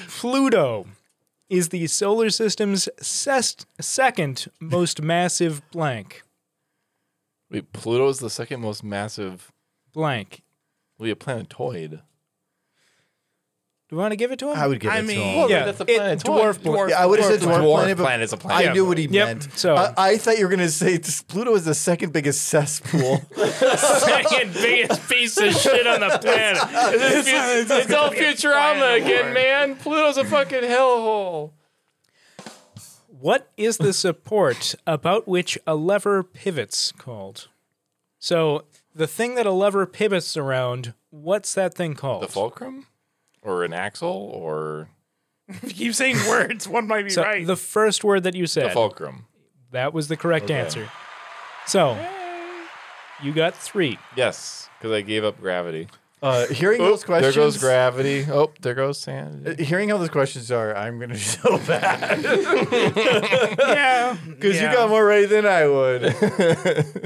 Pluto is the solar system's sest- second most massive blank. Wait, Pluto's the second most massive. Blank. Well, a planetoid. Do you want to give it to him? I would give I it to mean- him. Well, yeah, Oh, that's a it- planetoid. dwarf blank. Yeah, I would have said dwarf, Dwarf planet, but planet's a I planet. knew what he Yep, meant. so- I, I thought you were gonna say this, Pluto is the second biggest cesspool. second biggest piece of shit on the [laughs] planet. It's, all Futurama again, man. Pluto's a fucking hellhole. What is the support about which a lever pivots called? So the thing that a lever pivots around, what's that thing called? The fulcrum, or an axle, or Keep saying words. One might be So right. the first word that you the said, fulcrum. that was the correct answer. So you got three. Yes, because I gave up gravity. [laughs] Uh, hearing Oh, those questions, There goes gravity. Oh, there goes sand. hearing how those questions are, I'm gonna [laughs] be so bad [laughs] yeah, because you got more right than I [laughs] would.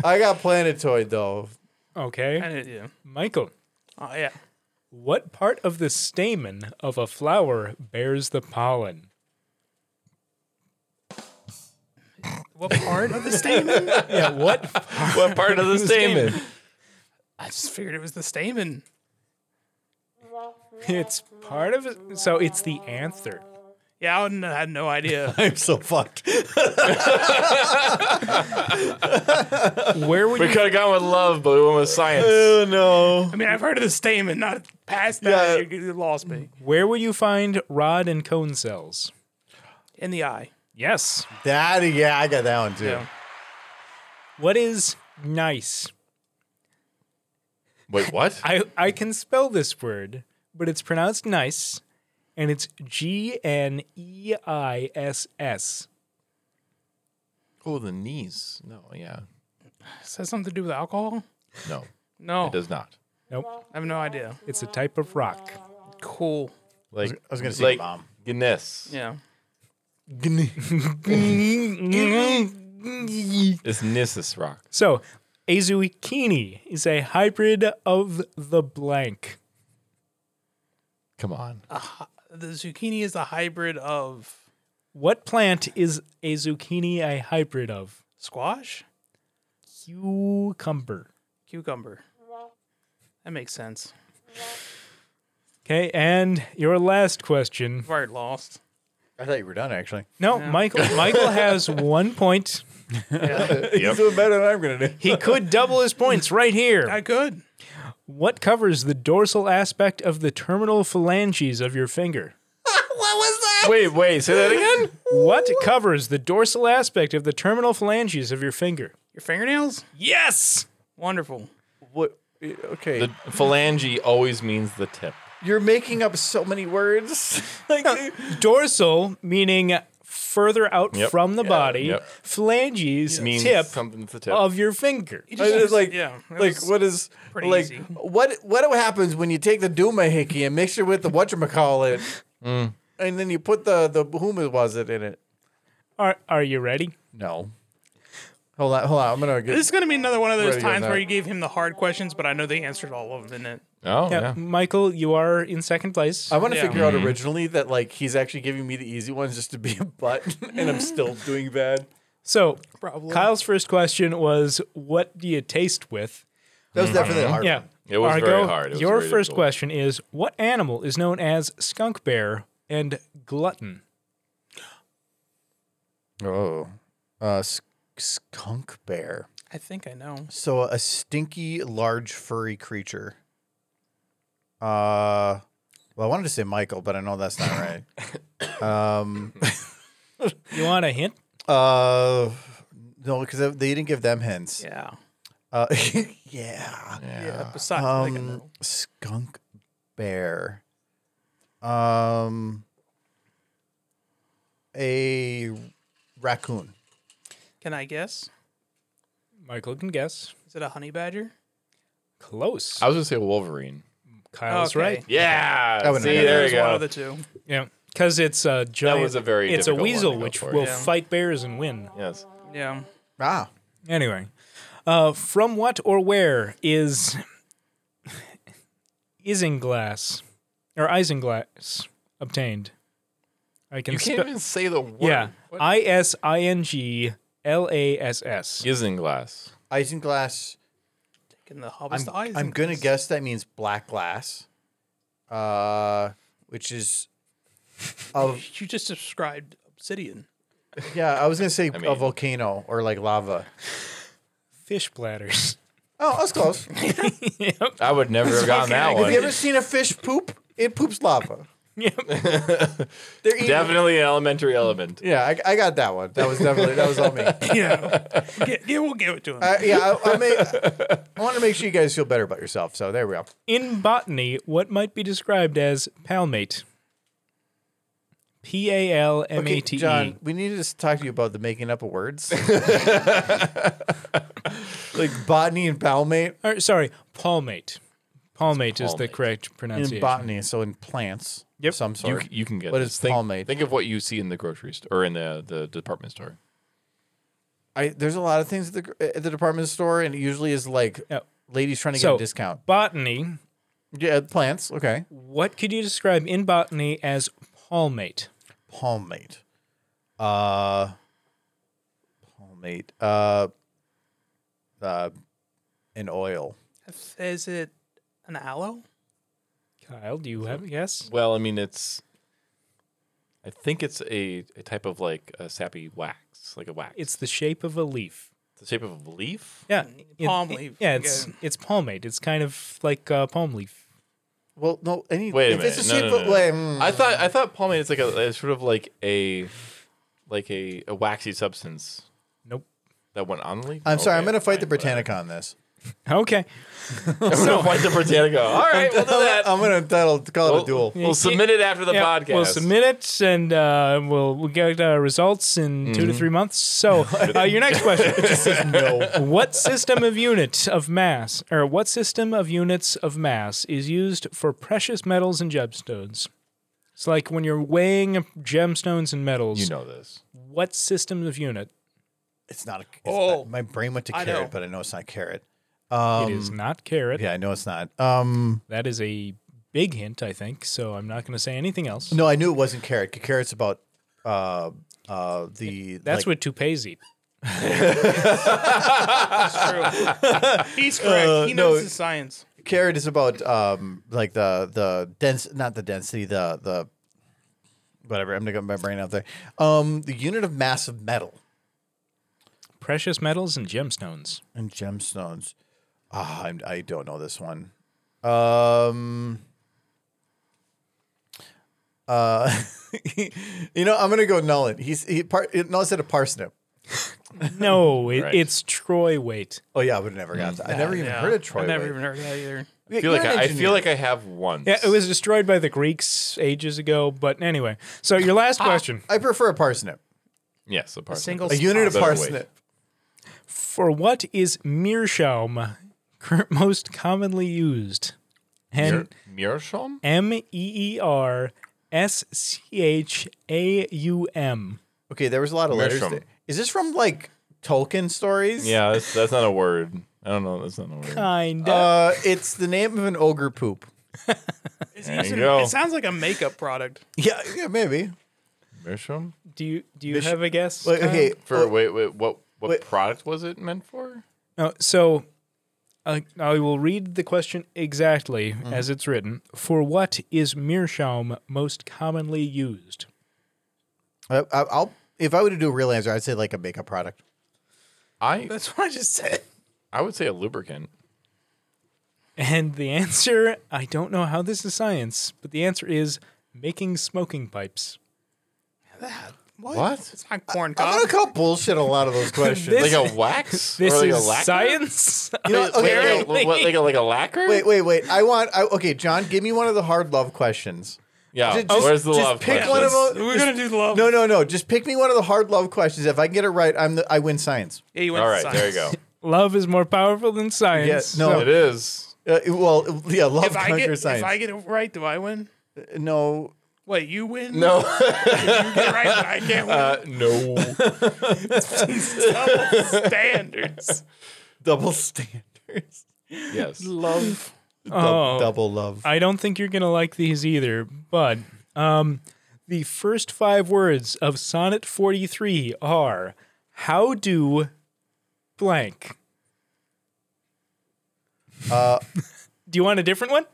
I got planetoid though. Okay. yeah. Michael, Oh, yeah. what part of the stamen of a flower bears the pollen? What part of the stamen? [laughs] Yeah, what? [laughs] what part of the stamen? [laughs] I just figured it was the stamen. it's part of it. So it's the anther. Yeah, I wouldn't- I had no idea. [laughs] I'm so fucked. Where would We you could have gone with love, but we went with science. oh no. I mean, I've heard of the stamen, not past that. Yeah. You, you lost me Where will you find rod and cone cells? in the eye. Yes. That yeah, I got that one too. Yeah. What is nice? [laughs] Wait, what? I, I can spell this word, but it's pronounced nice, and it's G N E I S S. Oh, the knees. No, yeah, Does that have something to do with alcohol? no, No, it does not. Nope, I have no idea. it's a type [laughs] of rock. Cool. Like I was gonna say like bomb. Guinness. Yeah. Mm-hmm. It's Nissus rock. So, a zucchini is a hybrid of the blank. Come on. The zucchini is a hybrid of What plant is a zucchini a hybrid of? squash, Cucumber. cucumber. That makes sense. Okay, and your last question. I've already lost. I thought you were done actually. No, [laughs] Michael. Michael has one point. He's doing better than I'm gonna do. He could double his points right here. I could. What covers the dorsal aspect of the terminal phalanges of your finger? Wait, wait. Say that again. What covers the dorsal aspect of the terminal phalanges of your finger? Your fingernails? Yes. Wonderful. What? Okay. The phalange always means the tip. You're making up so many words. [laughs] like, Dorsal meaning further out Yep. from the body. Yep. Phalanges Means tip something to the tip. of your finger. You I was used- like, yeah, it like was what is pretty like easy. what what happens when you take the Duma hickey and mix it with the whatchamacallit, [laughs] Mm. and then you put the the whom was it in it? Are Are you ready? No. Hold on, hold on. I'm gonna This get. is gonna be another one of those Ready to go times where now. you gave him the hard questions, but I know they answered all of them in it. oh, Yeah, Michael, you are in second place. I want to Yeah. figure out originally that like he's actually giving me the easy ones just to be a butt, [laughs] and I'm still doing bad. So, Probably. Kyle's first question was, "What do you taste with?" That was definitely a hard. Yeah. It was Argo, very hard. It was your very first difficult. question is what animal is known as skunk bear and glutton? one. Oh, uh, sk- skunk bear. I think I know. So a stinky, large, furry creature. Uh, well, I wanted to say Michael, but I know that's not right. um, You want a hint? uh, no, because they didn't give them hints. Yeah. Uh, [laughs] yeah. Yeah. Besides, I think I Um, know. skunk bear. Um, a raccoon. Can I guess? Michael can guess. Is it a honey badger? Close. I was gonna say Wolverine. Kyle's Okay. right. Yeah. That would've See, been there There's you one go. of the two. Yeah. Because it's a giant. was a very It's a difficult one to weasel go which for. will Yeah. fight bears and win. yes. Yeah. Ah, Anyway, uh, from what or where is Isinglass or Isinglass obtained? I can You can't spe- even say the word. yeah, What? I S I N G L A S S. Isinglass. isinglass. Can the hobbits I'm, the eyes? I'm gonna guess that means black glass, uh, which is of [laughs] You just described obsidian. [laughs] yeah. I was gonna [laughs] say mean- a volcano or like lava. Fish bladders. Oh, that's [laughs] close. have yep. I would never have gotten that Have one. you ever seen a fish poop? It poops lava. Yep. [laughs] They're eating. Definitely an elementary element. Yeah, I, I got that one. That was definitely that was [laughs] all me. yeah. Get, yeah, we'll give it to him. Uh, yeah, I, I, may, I want to make sure you guys feel better about yourself. So there we go. In botany, what might be described as palmate? P A L M Okay, A T E. John, we need to just talk to you about the making up of [laughs] words, [laughs] like botany and palmate Or, Sorry, palmate. Palmate is the palmate. correct in pronunciation. botany. So in plants, Yep. of some You, sort. you can get But this. it's think, palmate. Think of what you see in the grocery store or in the, the department store. I, there's a lot of things at the at the department store, and it usually is like Yep. ladies trying to get So- a discount. Botany, Yeah, plants. Okay, what could you describe in botany as palmate? palmate. Uh, palmate. Uh, uh, an oil. Is it an [laughs] aloe? Kyle, do you have a guess? Well, I mean, it's. I think it's a, a type of like a sappy wax, like a wax. It's the shape of a leaf. the shape of a leaf. Yeah. it- Palm it- leaf. Yeah, it's Okay. it's palmate. It's kind of like a palm leaf. Well, no, any. Wait a if It's a minute. No, shape no, of- no. wait, mm. I thought I thought palmate is like a, a sort of like a like a, a waxy substance Nope. that went on the leaf. I'm sorry. Okay, I'm going to fight the fine, whatever. Britannica on this. Okay. [laughs] I'm going to fight the Britannica. All right, we'll do that. I'm going to call it a duel. We'll submit it after the Yeah, podcast. We'll submit it and uh, we'll we'll get uh, results in two to Mm-hmm. three months. So [laughs] uh, your next question: No. What system of unit of mass, or what system of units of mass, is used for precious metals and gemstones? It's like when you're weighing gemstones and metals. You know this. what system of unit? It's not. A, it's Oh. not- my brain went to I carrot, know. but I know it's not carrot. it is Um, not carat. Yeah, I know it's not. Um, That is a big hint, I think. So I'm not going to say anything else. no, I knew it wasn't carrot. 'cause Carrot's about uh, uh, the. That's like, what toupees eat. He's correct. Uh, he no. knows his science. carrot is about. Um, like the the dense, not the density, the the whatever. I'm gonna get my brain out there. Um, the unit of mass of metal Precious metals [laughs] and gemstones. and gemstones. Ah, I'm, I don't know this one. Um, uh, [laughs] you know, I'm gonna go Nolan. He's he par- Nolan said a parsnip. No, it, Right. it's Troy weight. Oh yeah, I would have never got that. I never even Yeah. heard of Troy. I've never Wade. even heard of that either. I feel You're like an I, I engineer. feel like I have once. Yeah, it was destroyed by the Greeks ages ago. But anyway, so your last Ah. question I prefer a parsnip. yes, a parsnip. single- A unit of Better weight. parsnip. for what is meerschaum cur- [laughs] most commonly used? And Meerschaum? M E E R S C H A U M. Okay, there was a lot of letters. Meerschaum. there. Is this from like Tolkien stories? Yeah, that's, that's not a word. I don't know. That's not a word. Kind of. Uh, it's the name of an ogre poop. There you It- go. It sounds like a makeup product. Yeah, yeah, maybe. Meerschaum? do you do you have a guess? Wait, uh, Kyle? okay, For wait, wait, what what wait. product was it meant for? No, so uh, I will read the question exactly Mm-hmm. as it's written. For what is meerschaum most commonly used? I, I, I'll if I were to do a real answer, I'd say like a makeup product. I That's what I just said. I would say a lubricant. And the answer, I don't know how this is science, but the answer is making smoking pipes. What? What? It's not corn I'm cob. gonna call bullshit a lot of those questions. This- Like a [laughs] wax? This or like is a lacquer? science. [laughs] You know, Wait, okay, like, a, Apparently. what, like a like a lacquer? wait, wait, wait. I want. I, okay, John, give me one of the hard love questions. Yeah. Just- Where's the just love? pick question? one of them. We're gonna do love. No, no, no. Just pick me one of the hard love questions. If I can get it right, I'm the I win science. Yeah, you went All to right, there you go. science. Love is more powerful than science. Yes. No. It is. Uh, well, yeah, love If I conquer get science. if I get it right, do I win? no, Wait, you win? No. you get it right, but I can't [laughs] win. Uh, no. Double standards. double [laughs] standards. yes. Love. Dou- Oh. double love. I don't think you're gonna like these either, but um, the first five words of Sonnet 43 are "How do blank." Uh, [laughs] Do you want a different one?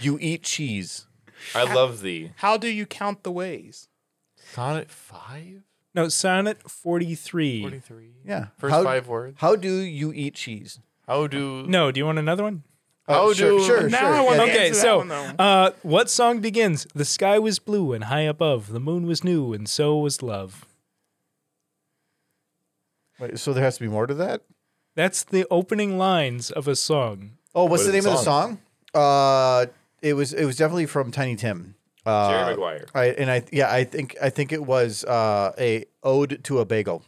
you eat cheese. I love thee. How do you count the ways? Sonnet five? No, Sonnet 43. Forty three. Yeah. First how, five words. How do you eat cheese? How do No, do you want another one? How Oh, sure, do- sure, Now sure. I wanna yeah. answer Okay, that so one, though. uh, what song begins? The sky was blue and high above, the moon was new and so was love. Wait, so there has to be more to that. That's the opening lines of a song. Oh, what's What the name is of the the song? Uh, it was it was definitely from Tiny Tim. Uh, Jerry Maguire. I, and I yeah I think I think it was uh, a ode to a bagel.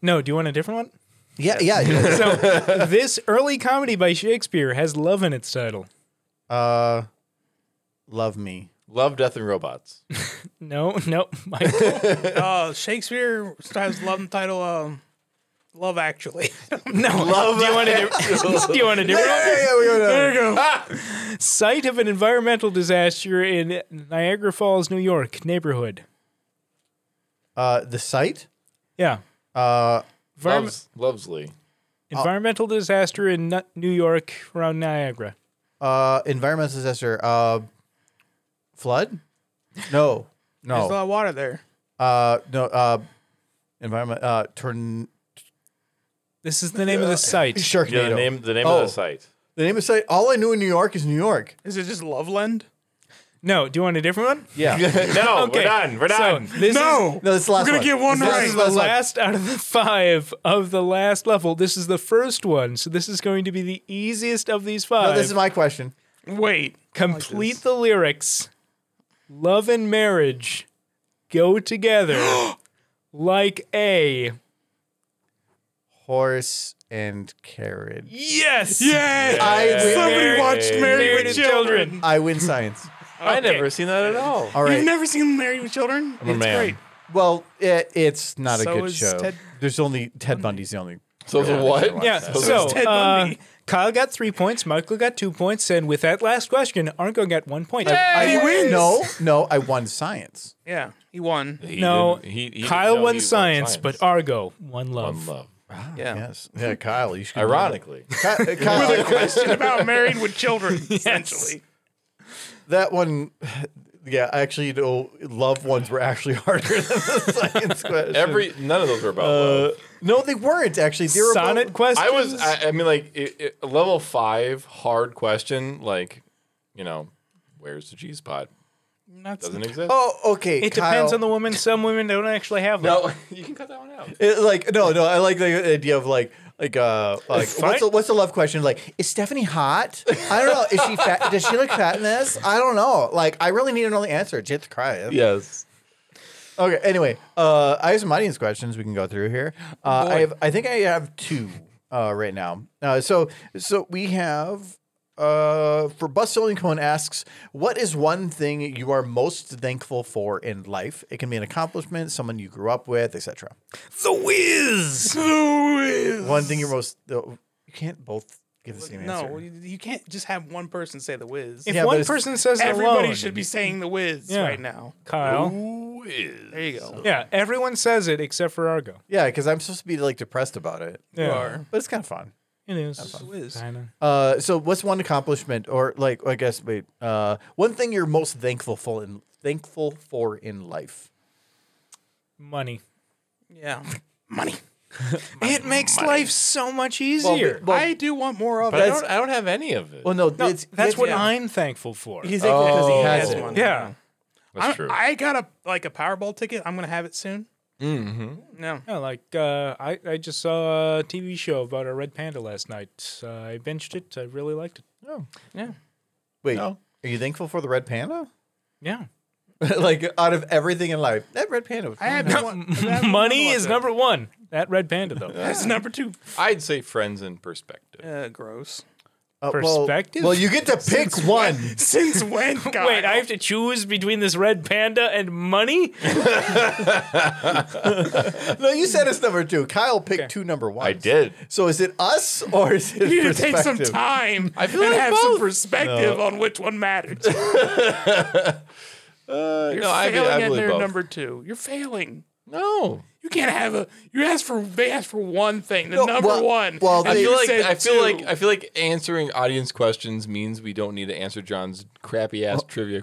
No, do you want a different one? Yeah, [laughs] yeah. yeah. [laughs] So, this early comedy by Shakespeare has love in its title. uh, love me. Love, Death, and Robots. No, no, Michael. Uh, Shakespeare has love and title. Um, love Actually. [laughs] [laughs] No. do you want a different? [laughs] do you want a different? one? yeah, we go down. there you go. Site of an environmental disaster in Niagara Falls, New York neighborhood. Uh, the site. Yeah. Uh, Envirom- Loves, Lovesley. environmental disaster in Nu- New York around Niagara. uh, environmental disaster. Uh, flood. No, There's a no. lot of water there. Uh, no. Uh, environment. Uh, turn. This is the name of the site. Sharknado. Yeah, the name the name Oh. of the site. The name of the site. All I knew in New York is New York. Is it just Loveland? No, do you want a different one? [laughs] Yeah. No, Okay. we're done. We're So done. this is no, that's the last We're gonna one. get one This right. is the last one. last out of the five of the last level. This is the first one, so this is going to be the easiest of these five. No, this is my question. Wait. Complete the lyrics. Love and marriage go together like a Horse and carriage. yes. Yay! I win. Somebody Married- watched Married, Married with with Children. Children. I win science. I never seen that at all. All right. You've never seen Married with Children? a it's man. great. well, it, it's not So a good is show. Ted- There's only Ted Bundy's the only. So the what? Yeah. So Ted uh, Bundy. Kyle got three points. Michael got two points, and with that last question, Arnko got one point. I, he wins. No, no, I won science. Yeah, he won. He no, didn't- he- he didn't Kyle know won he science, but Argo won love. One love. Yeah. Yes. Yeah, Kyle, you should. Ironically. Ky- Kyle, Question about Married with Children, essentially. that one. [sighs] Yeah, actually, no, love ones were actually [laughs] harder than the science question. Every none of those were about Uh, love. no, they weren't actually. They were about- Sonnet questions. I was I, I mean like it, it, level 5 hard question like you know where's the cheese pot? Not Doesn't exist. Oh, okay. it depends Kyle. on the woman. Some women don't actually have them. No, [laughs] you can cut that one out. It, like no, no, I like the idea of like like uh like what's the, what's the love question? Like is Stephanie hot? I don't know. Is she fat? Does she look fat in this? I don't know. Like I really need to know the answer. Just to cry. Yes. Okay. Anyway, uh, I have some audience questions we can go through here. Uh, I have. I think I have two uh, right now. Uh, so so we have. Uh, for Bus Cone asks, what is one thing you are most thankful for in life? It can be an accomplishment, someone you grew up with, etc. The Whiz. One thing you're most though, you can't both give the same answer. No, you, you can't just have one person say the whiz. If Yeah, but one it's- person says it Everybody alone, should be saying the whiz Yeah. right now. Kyle. Who is? There you go. Yeah, everyone says it except for Argo. Yeah, because I'm supposed to be like depressed about it, Yeah. You are. but it's kind of fun. It is. Whiz. Kinda. Uh, so what's one accomplishment or like I guess wait, uh, one thing you're most thankful for in thankful for in life? Money. Yeah. Money. It makes life so much easier. I do want more of But I it. don't I don't have any of it. Well, no, No, it's, that's it's- what yeah. I'm thankful for. he's thankful because he has Oh. one. yeah. I'm- That's true. I got a like a Powerball ticket. I'm gonna have it soon. mm-hmm. No. Yeah, like uh, I, I just saw a TV show about a red panda last night. Uh, I benched it. I really liked it. Oh. Yeah. Wait, No. are you thankful for the red panda? [laughs] Yeah. like out of everything in life, that red panda. would- I had one- I had one [laughs] Money other is one. number one. That red panda though. That's number two. I'd say friends and perspective. Uh, gross. Uh, well- perspective? Well, you get to pick [laughs] one. Since when? Kyle? Wait, I have to choose between this red panda and money? [laughs] [laughs] No, you said it's number two. Kyle picked two number ones. I did. So is it us or is [laughs] it You need to take perspective? some time I feel and like have both. some perspective on which one matters. Uh, You're no, I, be- failing I at believe their both. number two. You're failing. no. You can't have a. You asked for. They asked for one thing. The No, number well- one. well, and I they- you feel like said I feel two. like I feel like answering audience questions means we don't need to answer John's crappy ass [laughs] trivia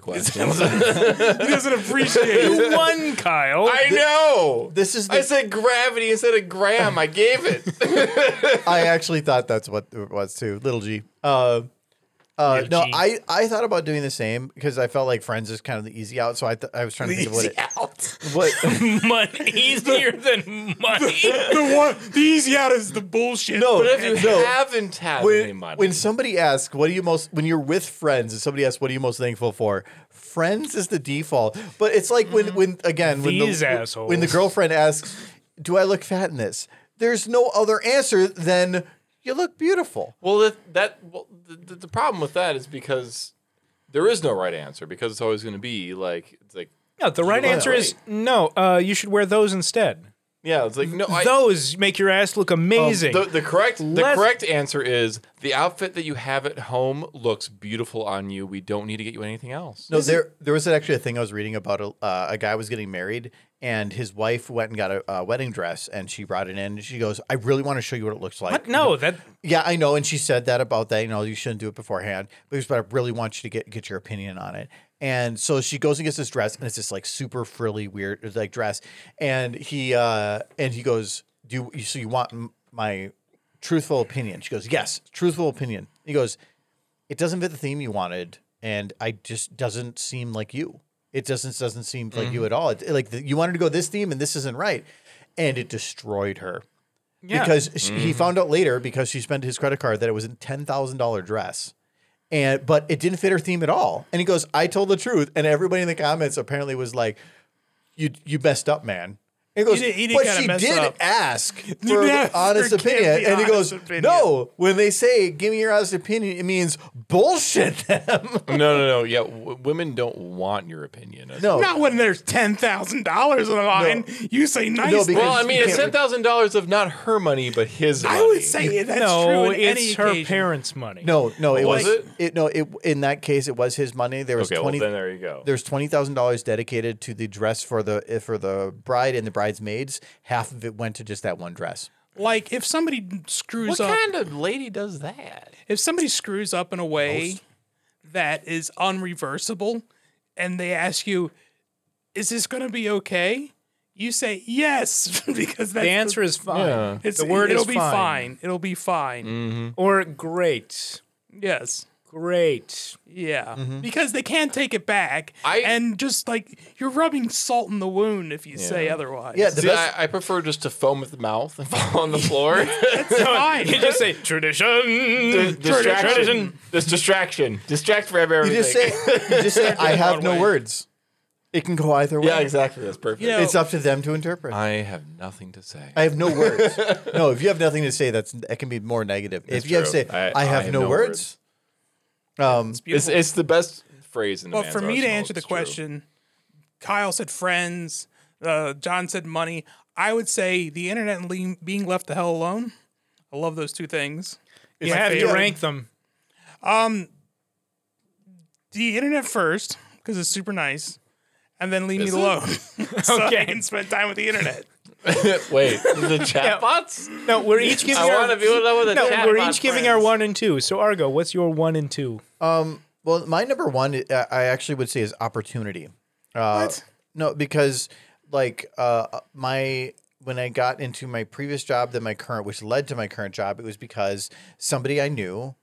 he questions. [laughs] doesn't appreciate. it. One, Kyle. I know. This is I the, said gravity instead of gram. I gave it. I actually thought that's what it was too. Little G. Uh, uh, Little no, G. I I thought about doing the same because I felt like Friends is kind of the easy out. So I th- I was trying to think of what [laughs] [laughs] it, out. what [laughs] money easier than money. The one. The easy out is the bullshit. No, But if you No. haven't had any Oh, when, money, when somebody asks what are you most when you're with friends and somebody asks what are you most thankful for. Friends is the default, but it's like when when again when Mm-hmm. These the assholes. when the girlfriend asks, "Do I look fat in this?" There's no other answer than you look beautiful. well, that, that well, the, the problem with that is because there is no right answer because it's always going to be like it's like No, the right You're answer right. is no. Uh, you should wear those instead. yeah, it's like no. I, those make your ass look amazing. the, the correct the Less- correct answer is the outfit that you have at home looks beautiful on you. We don't need to get you anything else. No, there there was actually a thing I was reading about a, uh, a guy was getting married and his wife went and got a, uh wedding dress and she brought it in and she goes, "I really want to show you what it looks like." What? No, that Yeah, I know, and she said that about that. You know, you shouldn't do it beforehand. But, she said, but I really want you to get get your opinion on it. And so she goes and gets this dress, and it's this like super frilly, weird like dress. And he uh and he goes, "Do you so you want m- my truthful opinion?" She goes, "Yes, truthful opinion." He goes, it doesn't fit the theme you wanted, and I just doesn't seem like you. It doesn't doesn't seem like Mm-hmm. you at all. It, like the, you wanted to go this theme, and this isn't right, and it destroyed her Yeah. because sh he found out later because she spent his credit card that it was a ten thousand dollar dress. And but it didn't fit her theme at all. And he goes, "I told the truth." And everybody in the comments apparently was like, "You you messed up, man." And he goes, did- he did "But kinda she mess did up." ask for Yeah, an honest there can't opinion." be And he goes, honest opinion. "No, when they say give me your honest opinion, it means bullshit [laughs] them." [laughs] no, no, no. Yeah, w- women don't want your opinion. no, Not when there's ten thousand dollars on the line. You say nice. No, because- Well, I You mean, it's can't- ten thousand dollars of not her money, but his. Money. I would say that's no, true. In it's any her occasion. parents' money. no, no. It Oh, Was was, it? it? No, it in that case it was his money. There was Okay, well twenty. then there you go. there's twenty thousand dollars dedicated to the dress for the eh, for the bride and the bridesmaids. Half of it went to just that one dress. Like if somebody screws What up, kind of lady does that? if somebody screws up in a way that is unreversible, and they ask you, "Is this going to be okay?" You say yes [laughs] because that's the answer is fine. Yeah. It's, the word it'll is be fine. Mm. fine. It'll be fine. Or great, Yes. great. Yeah. Mm-hmm. Because they can't take it back. I- and just like you're rubbing salt in the wound if you say otherwise. Yeah, the See, best, I, I prefer just to foam at the mouth and [laughs] fall on the floor. [laughs] it's fine. You just say tradition. distraction. This distraction. Distract for you everything. just say you [laughs] just say I have no words. It can go either way. yeah, exactly. That's perfect. You know, It's up to them to interpret. I have nothing to say. I have no [laughs] words. no, if you have nothing to say, that's that can be more negative. if you have to true. say I- I, I have, no, words. Um, It's, it's the best phrase in the But man's for me to arsenal, answer the it's true. question, Kyle said friends, uh, John said money. I would say the internet and le- being left the hell alone. I love those two things. You My have to favorite. rank them. The internet first because it's super nice, and then leave Is me it? [laughs] alone so I Okay. can spend time with the internet. [laughs] Wait, [laughs] the chatbots? No, we're each giving. I our, want to be with the No, chatbot we're each giving our friends. one and two. So Argo, what's your one and two? Um, well, my number one, I- I actually would say, is opportunity. Uh, What? No, because like uh, my when I got into my previous job, then my current, which led to my current job, it was because somebody I knew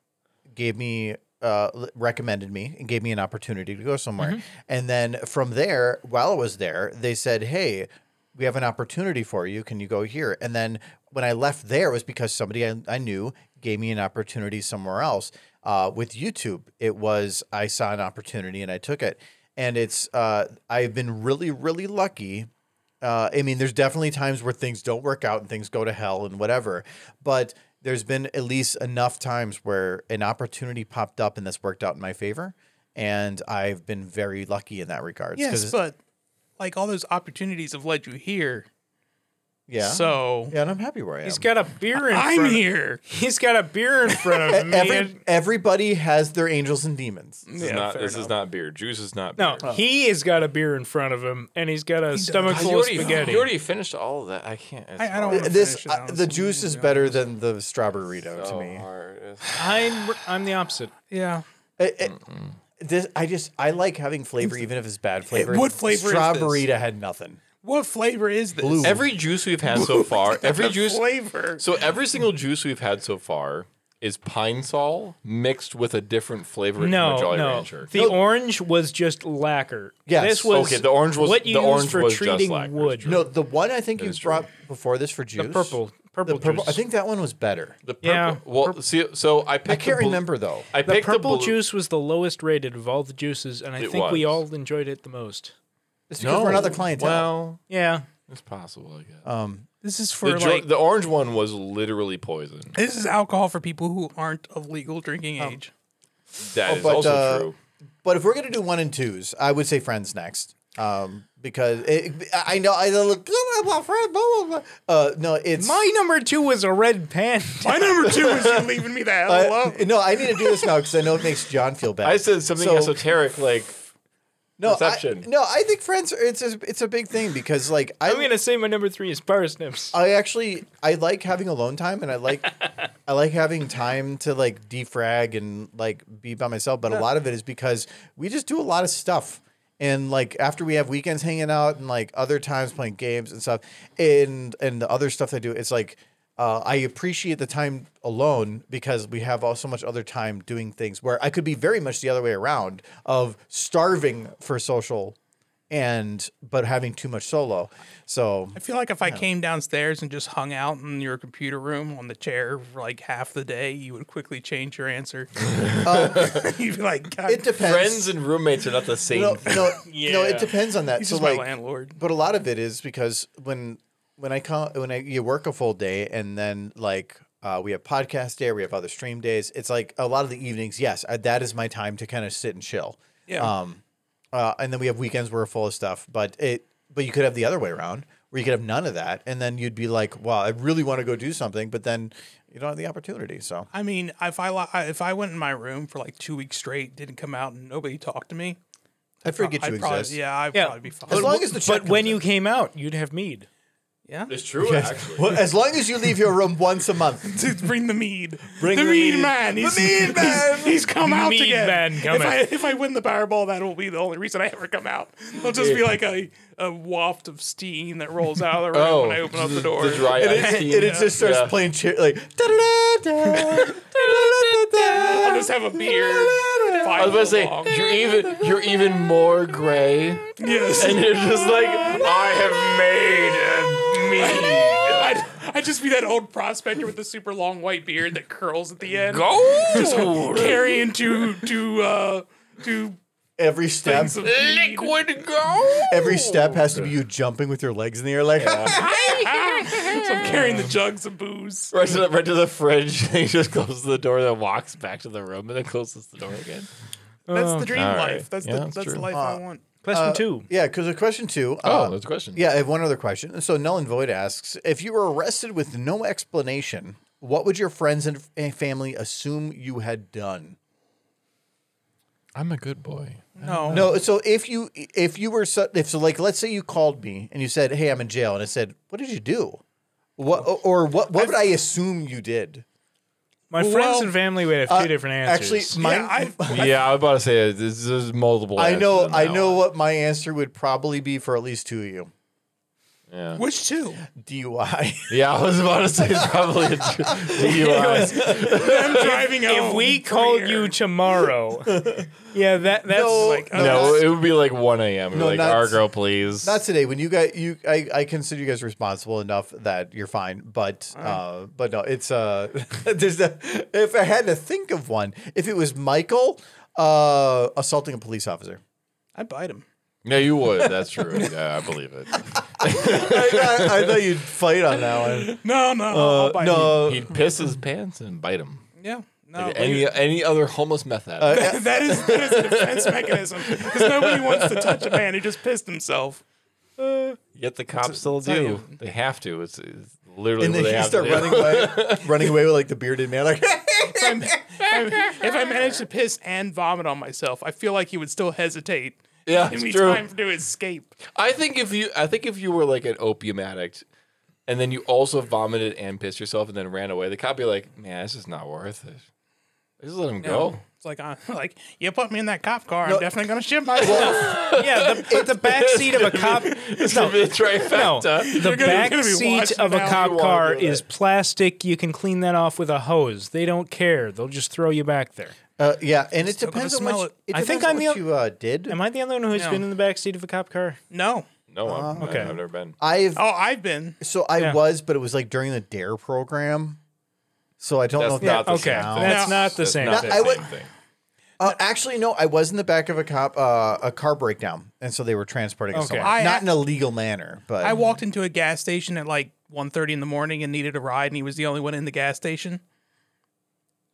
gave me uh, l- recommended me and gave me an opportunity to go somewhere. And then from there, while I was there, they said, "Hey, we have an opportunity for you. Can you go here?" And then when I left there, it was because somebody I, I knew gave me an opportunity somewhere else. Uh, with YouTube, it was I saw an opportunity and I took it. and it's uh, I've been really really lucky. Uh, I mean, there's definitely times where things don't work out and things go to hell and whatever, but there's been at least enough times where an opportunity popped up and that's worked out in my favor, and I've been very lucky in that regard. Yes, but like all those opportunities have led you here. yeah, So yeah, and I'm happy where I am. He's got a beer in I'm front here. He's got a beer [laughs] in front of me. E-, Every, everybody has their angels and demons. This, is, not, this is not beer. Juice is not beer. no, Oh. Oh. he has got a beer in front of him, and he's got a stomach you full of already, spaghetti. you already finished all of that. I can't. It's I, I don't hard. want to This finish it, uh, honestly. the juice is better than the strawberryito to So me. Oh, hard. [laughs] It's- I'm I'm the opposite. Yeah. I- I- this I just I like having flavor even if it's bad flavor. Eh, what flavor is this? Strawberryita had nothing. What flavor is this? Blue. Every juice we've had [laughs] so far, every juice. flavor. So every single juice we've had so far is pine sol mixed with a different flavor from No, a Jolly no. Rancher. The orange was just lacquer. Yes. This was Okay, the orange was- what you the use orange for was just treating lacquer. wood. No, the one I think you brought before this for juice. the purple, The purple, purple. juice. I think that one was better. The purple. Yeah. Well, see, so I picked. I can't the bl- remember though. I the picked purple blue- juice was the lowest rated of all the juices, and I It think we was. all enjoyed it the most. It's because we're another clientele. Well, Yeah, it's possible. I guess. um, This is for the, jo- like the orange one was literally poison. this is alcohol for people who aren't of legal drinking age. That is but, also uh, true. but if we're gonna do one and twos, I would say friends next. Um, because it, I know I look friend. Blah, blah, blah. Uh, no, it's my number two was a [laughs] red panda. My number two is you leaving me the hell I- alone. uh, no, I need to do this now because I know it makes John feel bad. I said something So- esoteric [laughs] like no, I- perception. no, I think friends. Are, it's a, it's a big thing because like I, I'm gonna say my number three is parsnips. I actually I like having alone time and I like I like having time to like defrag and like be by myself. But a lot of it is because we just do a lot of stuff. And like after we have weekends hanging out and like other times playing games and stuff and and the other stuff I do, it's like uh, I appreciate the time alone because we have all so much other time doing things where I could be very much the other way around of starving for social and but having too much solo. So I feel like if I came downstairs and just hung out in your computer room on the chair for like half the day, you would quickly change your [laughs] answer. [laughs] You'd be like, God, it depends. friends and roommates are not the same. No, [laughs] thing. no, no. Yeah. It depends on that. he's so just like, my landlord. but a lot of it is because when when I come when I you work a full day and then like uh, we have podcast day, we have other stream days. It's like a lot of the evenings. Yes, I, that is my time to kind of sit and chill. Yeah. Um, uh, and then we have weekends where we're full of stuff. But it but you could have the other way around where you could have none of that, and then you'd be like, wow, I really want to go do something, but then you don't have the opportunity. So I mean, if I li- if I went in my room for like two weeks straight, didn't come out, and nobody talked to me, I forget you I'd exist. probably, yeah, I'd Yeah. probably be fine. [laughs] As long as the check But when comes in. you came out, you'd have mead. yeah, It's true, actually. Well, as long as you leave your room once a month. Dude, bring the mead. Bring the the mead, mead. man. He's, mead [laughs] man. He's, he's come out Mead again. man cometh. if I if I win the Powerball, that will be the only reason I ever come out. It'll just be like a, a waft of steam that rolls out of the room [laughs] Oh, when I open up the door. The dry and ice it, team. [laughs] and it just starts Yeah. playing cheer like [laughs] "Da-da-da-da, I'll da-da-da-da-da." just have a beer. I I was about to say you're even you're even more gray, [laughs] yes. and you're just like I have made a mead. I'd, I'd just be that old prospector with the super long white beard that curls at the end, Gold, carrying two two uh two Every step, things of mead. liquid gold. every step has to be you jumping with your legs in the air, like So I'm carrying the jugs of booze. Right to, the, right to the fridge, [laughs] he just closes the door, then walks back to the room, and then closes the door again. That's the dream All right. life. That's Oh, Yeah, the that's that's, the true. life Uh, I want. Question Uh, two. [laughs] yeah. Because the question two, Oh, uh, that's a question. yeah, I have one other question. So Null and Void asks if you were arrested with no explanation, what would your friends and and family assume you had done? I'm a good boy. No, No, so if you if you were so, if so like let's say you called me and you said, "Hey, I'm in jail," and I said, "What did you do?" What or what what would I assume you did? My Well, friends and family would have two uh, different Actually, answers. my, Yeah, I- [laughs] Yeah, I was about to say this is multiple. I know answers on I that know one. what my answer would probably be for at least two of you. Yeah. which two? [laughs] [laughs] DUI. yeah, I was about to say it's probably a [laughs] d- DUI. I'm driving home. if we for called a you year. [laughs] tomorrow, yeah, that that's No, like uh, no, no, not- it would be like 1 a.m. No, like, not- Argo, please. not today. When you guys you I, I consider you guys responsible enough that you're fine. But uh but no, it's uh [laughs] there's a, if I had to think of one, if it was Michael uh assaulting a police officer. [laughs] I bite him. Yeah, you would. That's true. Yeah, I believe it. I, I thought you'd fight on that one. No, no, Uh, I'll bite him. no, He'd piss his pants and bite him. Yeah, no. like- [laughs] any any other homeless method? Uh, that is that is a defense mechanism because nobody wants to touch a man who just pissed himself. Yet the cops still tell do. They have to. It's, it's literally and what then they you have start to do. running away, running away with like the bearded man. Like, [laughs] If I'm- if I, if I managed to piss and vomit on myself, I feel like he would still hesitate. [laughs] Yeah, give [laughs] it's me true. time to escape. I think if you I think if you were like an opium addict and then you also vomited and pissed yourself and then ran away, the cop be like, Man, this is not worth it. Just let him go. It's like i [laughs] like you put me in that cop car, No. I'm definitely gonna [laughs] shit myself. [laughs] Yeah, the, the back seat of a [laughs] cop. It's no, the No, trifecta. the gonna- back you're gonna be seat watching of a down. cop You wanna car do that. is plastic. You can clean that off with a hose. They don't care. They'll just throw you back there. uh, yeah, and it Still gonna depends on smell what it. it I think depends on I'm what the- you uh, did. Am I the only one who's No. been in the back seat of a cop car? no. No, I'm, okay. I've never been. I've Oh, I've been. so I Yeah. was, but it was like during the Dare program. So I don't know. If That's not that the Okay, same counts. thing. that's No. not the That's same not thing. the I would- same thing. Uh, actually, no. I was in the back of a cop, uh, a car breakdown, and so they were transporting us Okay. somewhere. I- not in a legal manner, but I walked into a gas station at like 1.30 in the morning and needed a ride, and he was the only one in the gas station.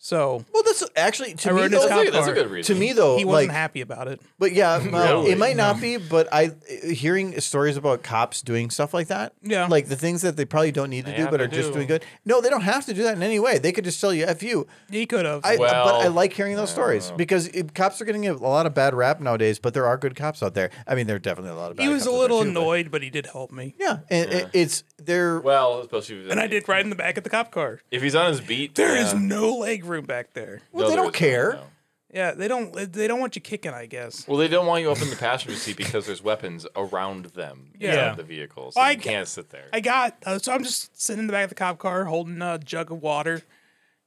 So Well, that's actually to I me. rode his Though, That's, cop a, that's a car. good reason. to me, though, he wasn't like, happy about it. but yeah, well, Really? it might not be. But I, hearing stories about cops doing stuff like that, Yeah. like the things that they probably don't need to They do, have but to are just do. doing good. No, they don't have to do that in any way. They could just tell you "f you." He could have. I, but I Well, like hearing those stories because it, cops are getting a lot of bad rap nowadays. But there are good cops out there. I mean, there are definitely a lot of. Bad He was cops a out there, little too, but- annoyed, but he did help me. Yeah, and it- it's they're Well, especially if, And I did ride in the back of the cop car. if he's on his beat. There is yeah. no leg room back there. well, No, they there don't is not, care. no. Yeah, they don't. They don't want you kicking. I guess. Well, they don't want you up in the passenger seat because there's weapons around them. Yeah. inside the vehicles. So I you g- can't sit there. I got. Uh, so I'm just sitting in the back of the cop car, holding a jug of water,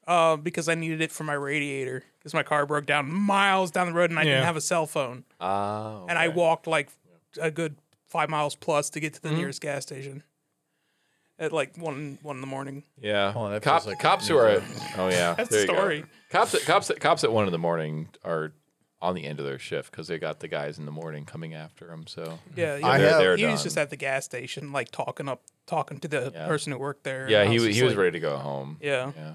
uh, because I needed it for my radiator because my car broke down miles down the road and I didn't Yeah. have a cell phone. oh, And I walked like a good five miles plus to get to the nearest gas station at like one one in the morning. Yeah. on, that Cop, feels like cops who are at, oh yeah, That's there the you go. story. Cops at cops at cops at one in the morning are on the end of their shift because they got the guys in the morning coming after them. So Yeah, he, I they're, have- they're he was done. just at the gas station, like talking up, talking to the Yeah. person who worked there. yeah. and I He was just he was like- ready to go home. Yeah. Yeah.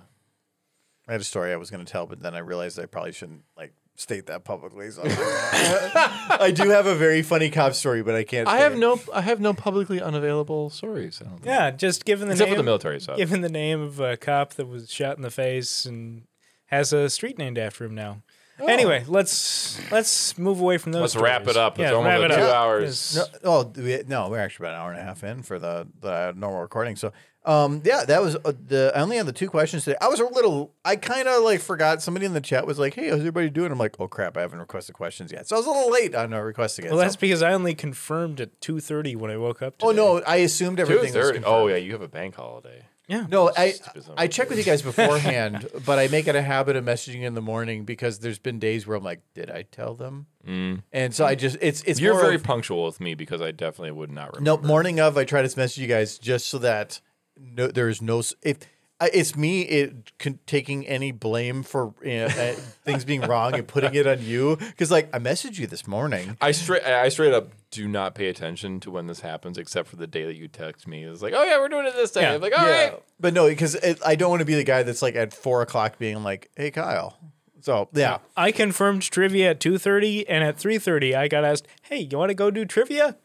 I had a story I was going to tell, but then I realized I probably shouldn't like state that [laughs] publicly. So I'm like, I do have a very funny cop story, but I can't. I say have it. no I have no publicly unavailable stories. I don't think. Yeah, just given the Except name, for the military side. given the name of a cop that was shot in the face and has a street named after him now. Anyway, let's let's move away from those. Oh. Let's wrap stories. it up. It's Yeah, almost wrap been it two up. hours. Yes. No, oh, do we, no, we're actually about an hour and a half in for the, the normal recording. So, um, yeah, that was uh, the. I only had the two questions today. I was a little. I kind of like forgot. Somebody in the chat was like, "Hey, how's everybody doing?" I'm like, "Oh crap, I haven't requested questions yet." So I was a little late on uh, requesting it. Well, so- that's because I only confirmed at two thirty when I woke up. oh today. no, I assumed Two everything. Was thirty. confirmed. Oh yeah, you have a bank holiday. Yeah. No, I Stupid son of I a check with bitch. you [laughs] guys beforehand, but I make it a habit of messaging in the morning because there's been days where I'm like, did I tell them? And so I just it's it's Mm. You're more very of, punctual with me because I definitely would not remember. no morning of I try to message you guys just so that no there's no s- if I- it's me it con- taking any blame for you [laughs] know, uh, things being wrong and putting it on you because like I messaged you this morning. I straight I straight up do not pay attention to when this happens except for the day that you text me. It's like, oh yeah, we're doing it this day. Yeah. I'm like, all right. but no, because I don't want to be the guy that's like at four o'clock being like, hey Kyle. So yeah. I confirmed trivia at two thirty, and at three thirty, I got asked, "Hey, you want to go do trivia?"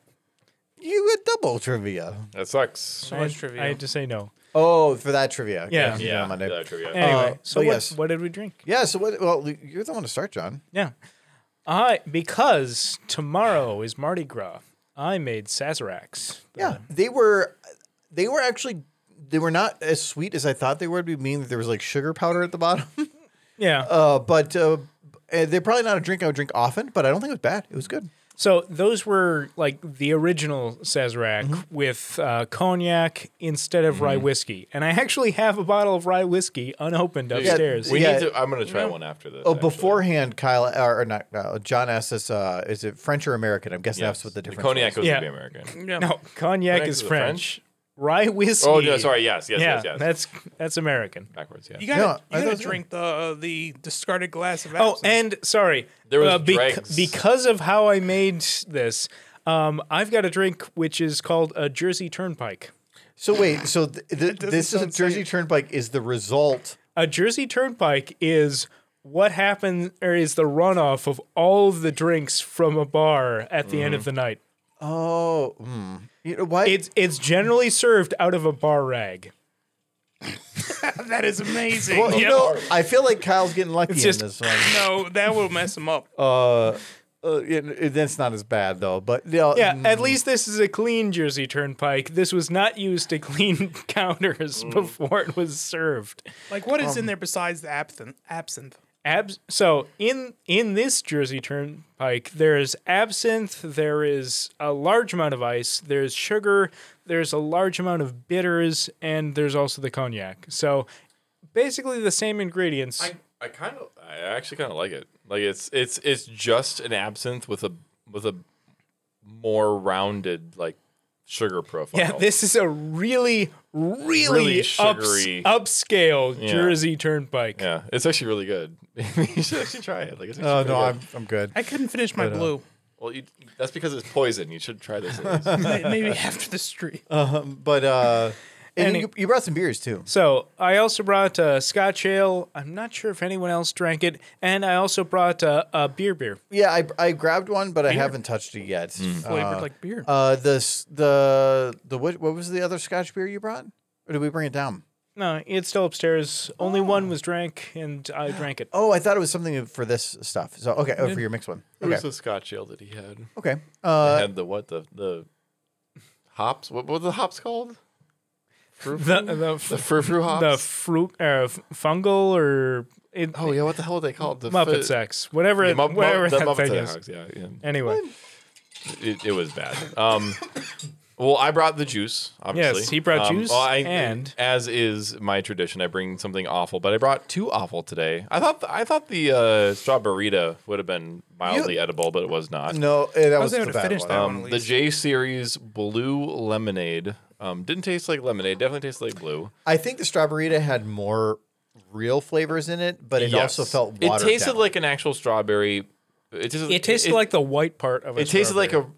you had double trivia. That sucks. So much I- trivia. I had to say no. Oh, for that trivia. Okay, Yeah. I see that Yeah, on Monday. that trivia. Anyway, Uh, so but what, yes. what did we drink? Yeah. So what? Well, you're the one to start, John. Yeah, I because tomorrow is Mardi Gras. I made sazeracs. Yeah, they were, they were actually, they were not as sweet as I thought they would be. Meaning that there was like sugar powder at the bottom. [laughs] Yeah. Uh, but uh, eh, they're probably not a drink I would drink often. But I don't think it was bad. It was good. So those were like the original Sazerac Mm-hmm. with uh, cognac instead of Mm-hmm. rye whiskey, and I actually have a bottle of rye whiskey unopened upstairs. We Yeah. need to I'm gonna try one after this. Oh, actually. beforehand, Kyle or, or not? Uh, John asked us, uh, "Is it French or American?" I'm guessing Yes. that's what the difference. cognac was. was Yeah. to be American. yeah. no, cognac Cognac is is a French. rye whiskey. Oh, no, sorry. Yes, yes, yeah, yes, yes. that's that's American. Backwards, yeah. You gotta, No, I you gotta thought- drink the uh, the discarded glass of Oh, absinthe. and sorry, There was bec- dregs. because of how I made this. Um, I've got a drink which is called a Jersey Turnpike. So wait, so th- th- doesn't this is sound Jersey Turnpike is the result. A Jersey Turnpike is what happens or is the runoff of all of the drinks from a bar at the end of the night. Oh, hmm. you know what? It's it's generally served out of a bar rag. [laughs] that is amazing. well, you know, I feel like Kyle's getting lucky just- in this one. no, that will mess him up. Uh, uh, it, it- that's not as bad though. But you know, Yeah, Mm. at least this is a clean Jersey Turnpike. This was not used to clean [laughs] counters Mm. before it was served. Like, what Um, is in there besides the absinthe? Absinthe. Abs- so in in this Jersey Turnpike, there is absinthe, there is a large amount of ice, there's sugar, there's a large amount of bitters, and there's also the cognac. So basically the same ingredients. I, I kind of, I actually kind of like it. Like it's, it's, it's just an absinthe with a, with a more rounded like sugar profile. yeah, this is a really, really, Really ups- sugary. upscale Jersey Turnpike. Yeah, it's actually really good. [laughs] you should actually try it. Like, it's actually Oh pretty no, good. I'm I'm good. I couldn't finish uh, my blue. [laughs] Well, you, that's because it's poison. You should try this. [laughs] at least. May- Maybe after the street. Um, but uh, and Any- you, you brought some beers too. So I also brought uh, Scotch ale. I'm not sure if anyone else drank it, and I also brought uh, a beer beer. Yeah, I, I grabbed one, but I haven't touched it yet. Flavored Uh, like beer. Uh, the s- the the what, what was the other Scotch beer you brought, or did we bring it down? No, it's still upstairs. Only Oh. one was drank, and [gasps] I drank it. Oh, I thought it was something for this stuff. So okay, oh, for your mixed one. It was Okay, the Scotch ale that he had. okay. Uh, had the what? The the hops. What what were the hops called? Frou The frou? the, the f- frou frou the hops. fruit uh, f- fungal or it, oh yeah, what the hell are they called? The Muppet fi- sex, whatever, The it- mu- mu- whatever the that Muppet thing is. sex, Yeah, yeah. Anyway, It, it was bad. Um, well, I brought the juice. Obviously, Yes, he brought Um, juice, and- as is my tradition, I bring something awful. But I brought two awful today. I thought I thought the uh, straw burrito would have been mildly edible, but it was not. no, eh, that I was was the able to bad finish one. that one. Um, at the least. J series blue lemonade um, didn't taste like lemonade. Definitely tastes like blue. I think the strawberry had more real flavors in it, but it Yes. also felt It watered tasted down. like an actual strawberry. It tasted, it tasted like the white part of a it tasted like strawberry.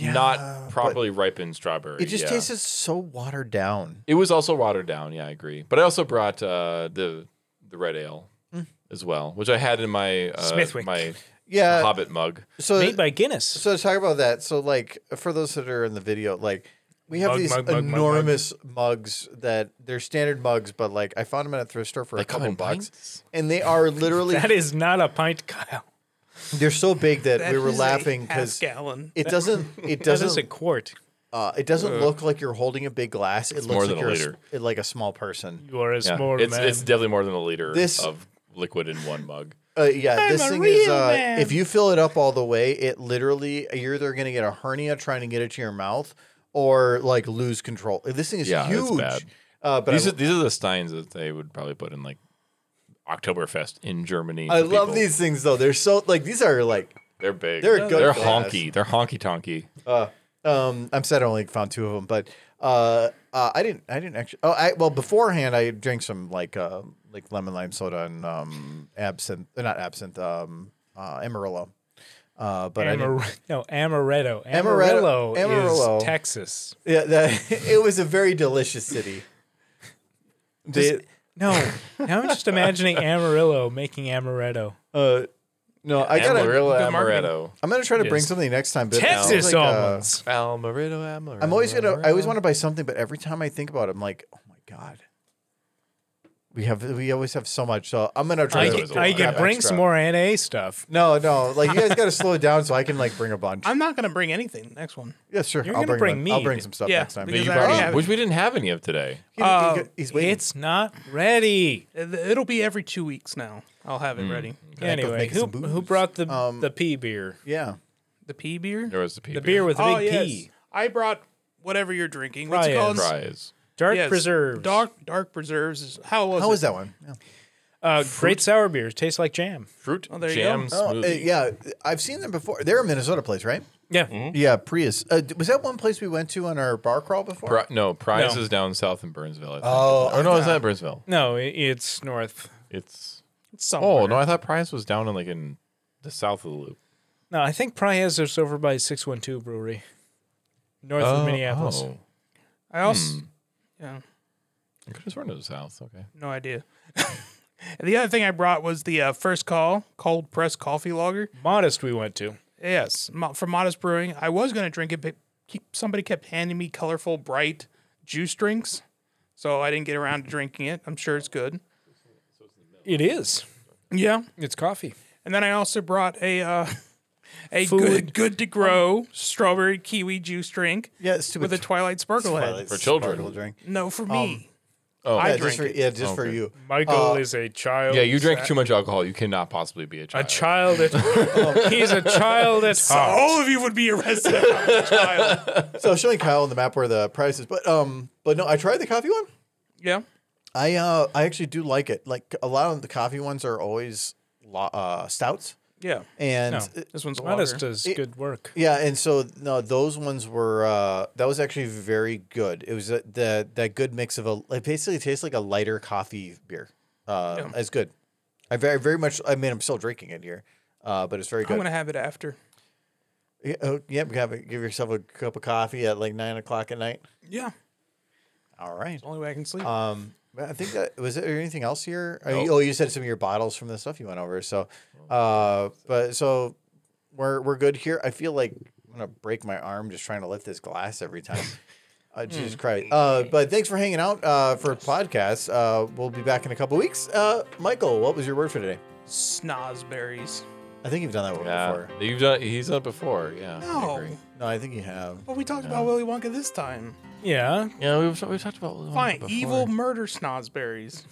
a not properly ripened strawberry. it just yeah. tasted so watered down. It was also watered down. Yeah, I agree. But I also brought uh, the the red ale Mm. as well, which I had in my uh, Smithwick. my Yeah. Hobbit mug. So made by Guinness. So to talk about that, so like for those that are in the video, like we have Mug, these mug, mug, mug, mug. enormous mugs that they're standard mugs, but like I found them at a thrift store for a come couple in bucks, pints? and they are literally [laughs] that is not a pint, Kyle. they're so big that, That we were is a laughing half because gallon. it [laughs] doesn't it That is a doesn't quart. uh, it doesn't look like you're holding a big glass. It looks more like than a you're a liter. s- like a small person. You are a Yeah. small it's man. it's definitely more than a liter This- of liquid in one mug. Uh, yeah, I'm this a thing is real uh, man. if you fill it up all the way, it literally you're either gonna get a hernia trying to get it to your mouth or like lose control. This thing is Yeah, it's huge. bad. Uh, but I These are, these are the steins that they would probably put in like Oktoberfest in Germany. I for love people. these things though. They're so like these are like They're big. They're good They're for us. honky. They're honky tonky. um I'm sad I only found two of them, but uh, uh I didn't I didn't actually oh I well beforehand I drank some like uh like lemon lime soda and um absinthe uh, not absinthe um uh amarillo. Uh but I didn't, Amar- no, Amaretto- amaretto. Amaretto, Amarillo. is Texas. yeah, that, [laughs] it was a very delicious city. They- No, now I'm just imagining Amarillo making amaretto. uh no, I got to Amarillo good marketing. amaretto. I'm going to try to bring Yes. something next time but it sounds Texas um, like, uh, almonds. Amaretto amaretto. I'm always gonna. I always want to buy something, but every time I think about it, I'm like, oh my god. We have we always have so much, so I'm gonna try. I, Those to are can, the I ones. can grab bring extra. some more NA stuff. No, no, like you guys gotta slow it down so I can like bring a bunch. [laughs] I'm not gonna bring anything. Next one. yeah, sure. you're I'll gonna bring. bring one. I'll bring mead. some stuff Yeah, next time. because That I you've already already- have it. which we didn't have any of today. He- he Uh, go- he's waiting. It's not ready. It- It'll be every two weeks now. I'll have Mm, it ready. Anyway, making who, some who booze. brought the Um, the pea beer? yeah. The pea beer. There was the, pea The beer with the oh big yes. pea. I brought whatever you're drinking. What's it Ryan. called? fries. Dark Yes. preserves. Dark dark preserves. is- How was How it? was that one? Yeah. Uh, great sour beer. Tastes like jam. Fruit there you jam go. Oh, uh, smoothie. yeah, I've seen them before. They're a Minnesota place, right? Yeah. Mm-hmm. Yeah, Prius. Uh, d- was that one place we went to on our bar crawl before? Pri- no, Prize No. is down south in Burnsville. I think. Oh, or no, it's not Burnsville. No, i- it's north. It's It's somewhere. oh no, I thought Prize was down in like in the south of the loop. No, I think Priaz is over by 612 Brewery, north of Minneapolis. oh. I also Mm. yeah, I could have sworn it was south. Okay. no idea. [laughs] And the other thing I brought was the uh, first call cold pressed coffee lager. Modest, we went to. Yes, mo- from Modest Brewing. I was gonna drink it, but keep, somebody kept handing me colorful, bright juice drinks, so I didn't get around to drinking it. I'm sure it's good. It is. Yeah, It's coffee. and then I also brought a uh, a Food. good good to grow strawberry kiwi juice drink Yeah, it's stupid. with a Twilight Sparkle head. For children. Drink. No, for me. Oh, I Yeah, drink just for, it. yeah, just for Okay. you. Michael is a child. yeah. You drank at- too much alcohol. You cannot possibly be a A child. child at [laughs] Oh, he's a child at heart. All of you would be arrested. if I was a child. So I was showing Kyle on the map where the price is, but um, but no, I tried the coffee one. yeah. I uh, I actually do like it. Like a lot of the coffee ones are always lo- uh, stouts, Yeah. and No. This one's Modest lager. does good work. yeah, and so no, those ones were uh, that was actually very good. It was a, the that good mix of a it basically tastes like a lighter coffee beer. Uh, Yeah. it's good. I very very much. I mean, I'm still drinking it here, uh, but it's very I'm good. gonna have it after. Yeah, oh, yep, have a- give yourself a cup of coffee at like nine o'clock at night. Yeah. All right. Only way I can sleep. Um, but I think that was there anything else here? Oh, you- Nope. oh, you said some of your bottles from the stuff you went over. So, uh, but so we're we're good here. I feel like I'm gonna break my arm just trying to lift this glass every [laughs] time. Uh, Hmm. Jesus Christ! Uh, but thanks for hanging out uh, for podcasts. Uh, we'll be back in a couple weeks. Uh, Michael, what was your word for today? Snozberries. I think you've done that one Yeah. before. You've done. He's done it before. Yeah. I No. agree. No, I think you have. Oh, But we talked about Willy Wonka this time. Yeah. Yeah. We've, we've talked about Fine. Evil murder snozberries.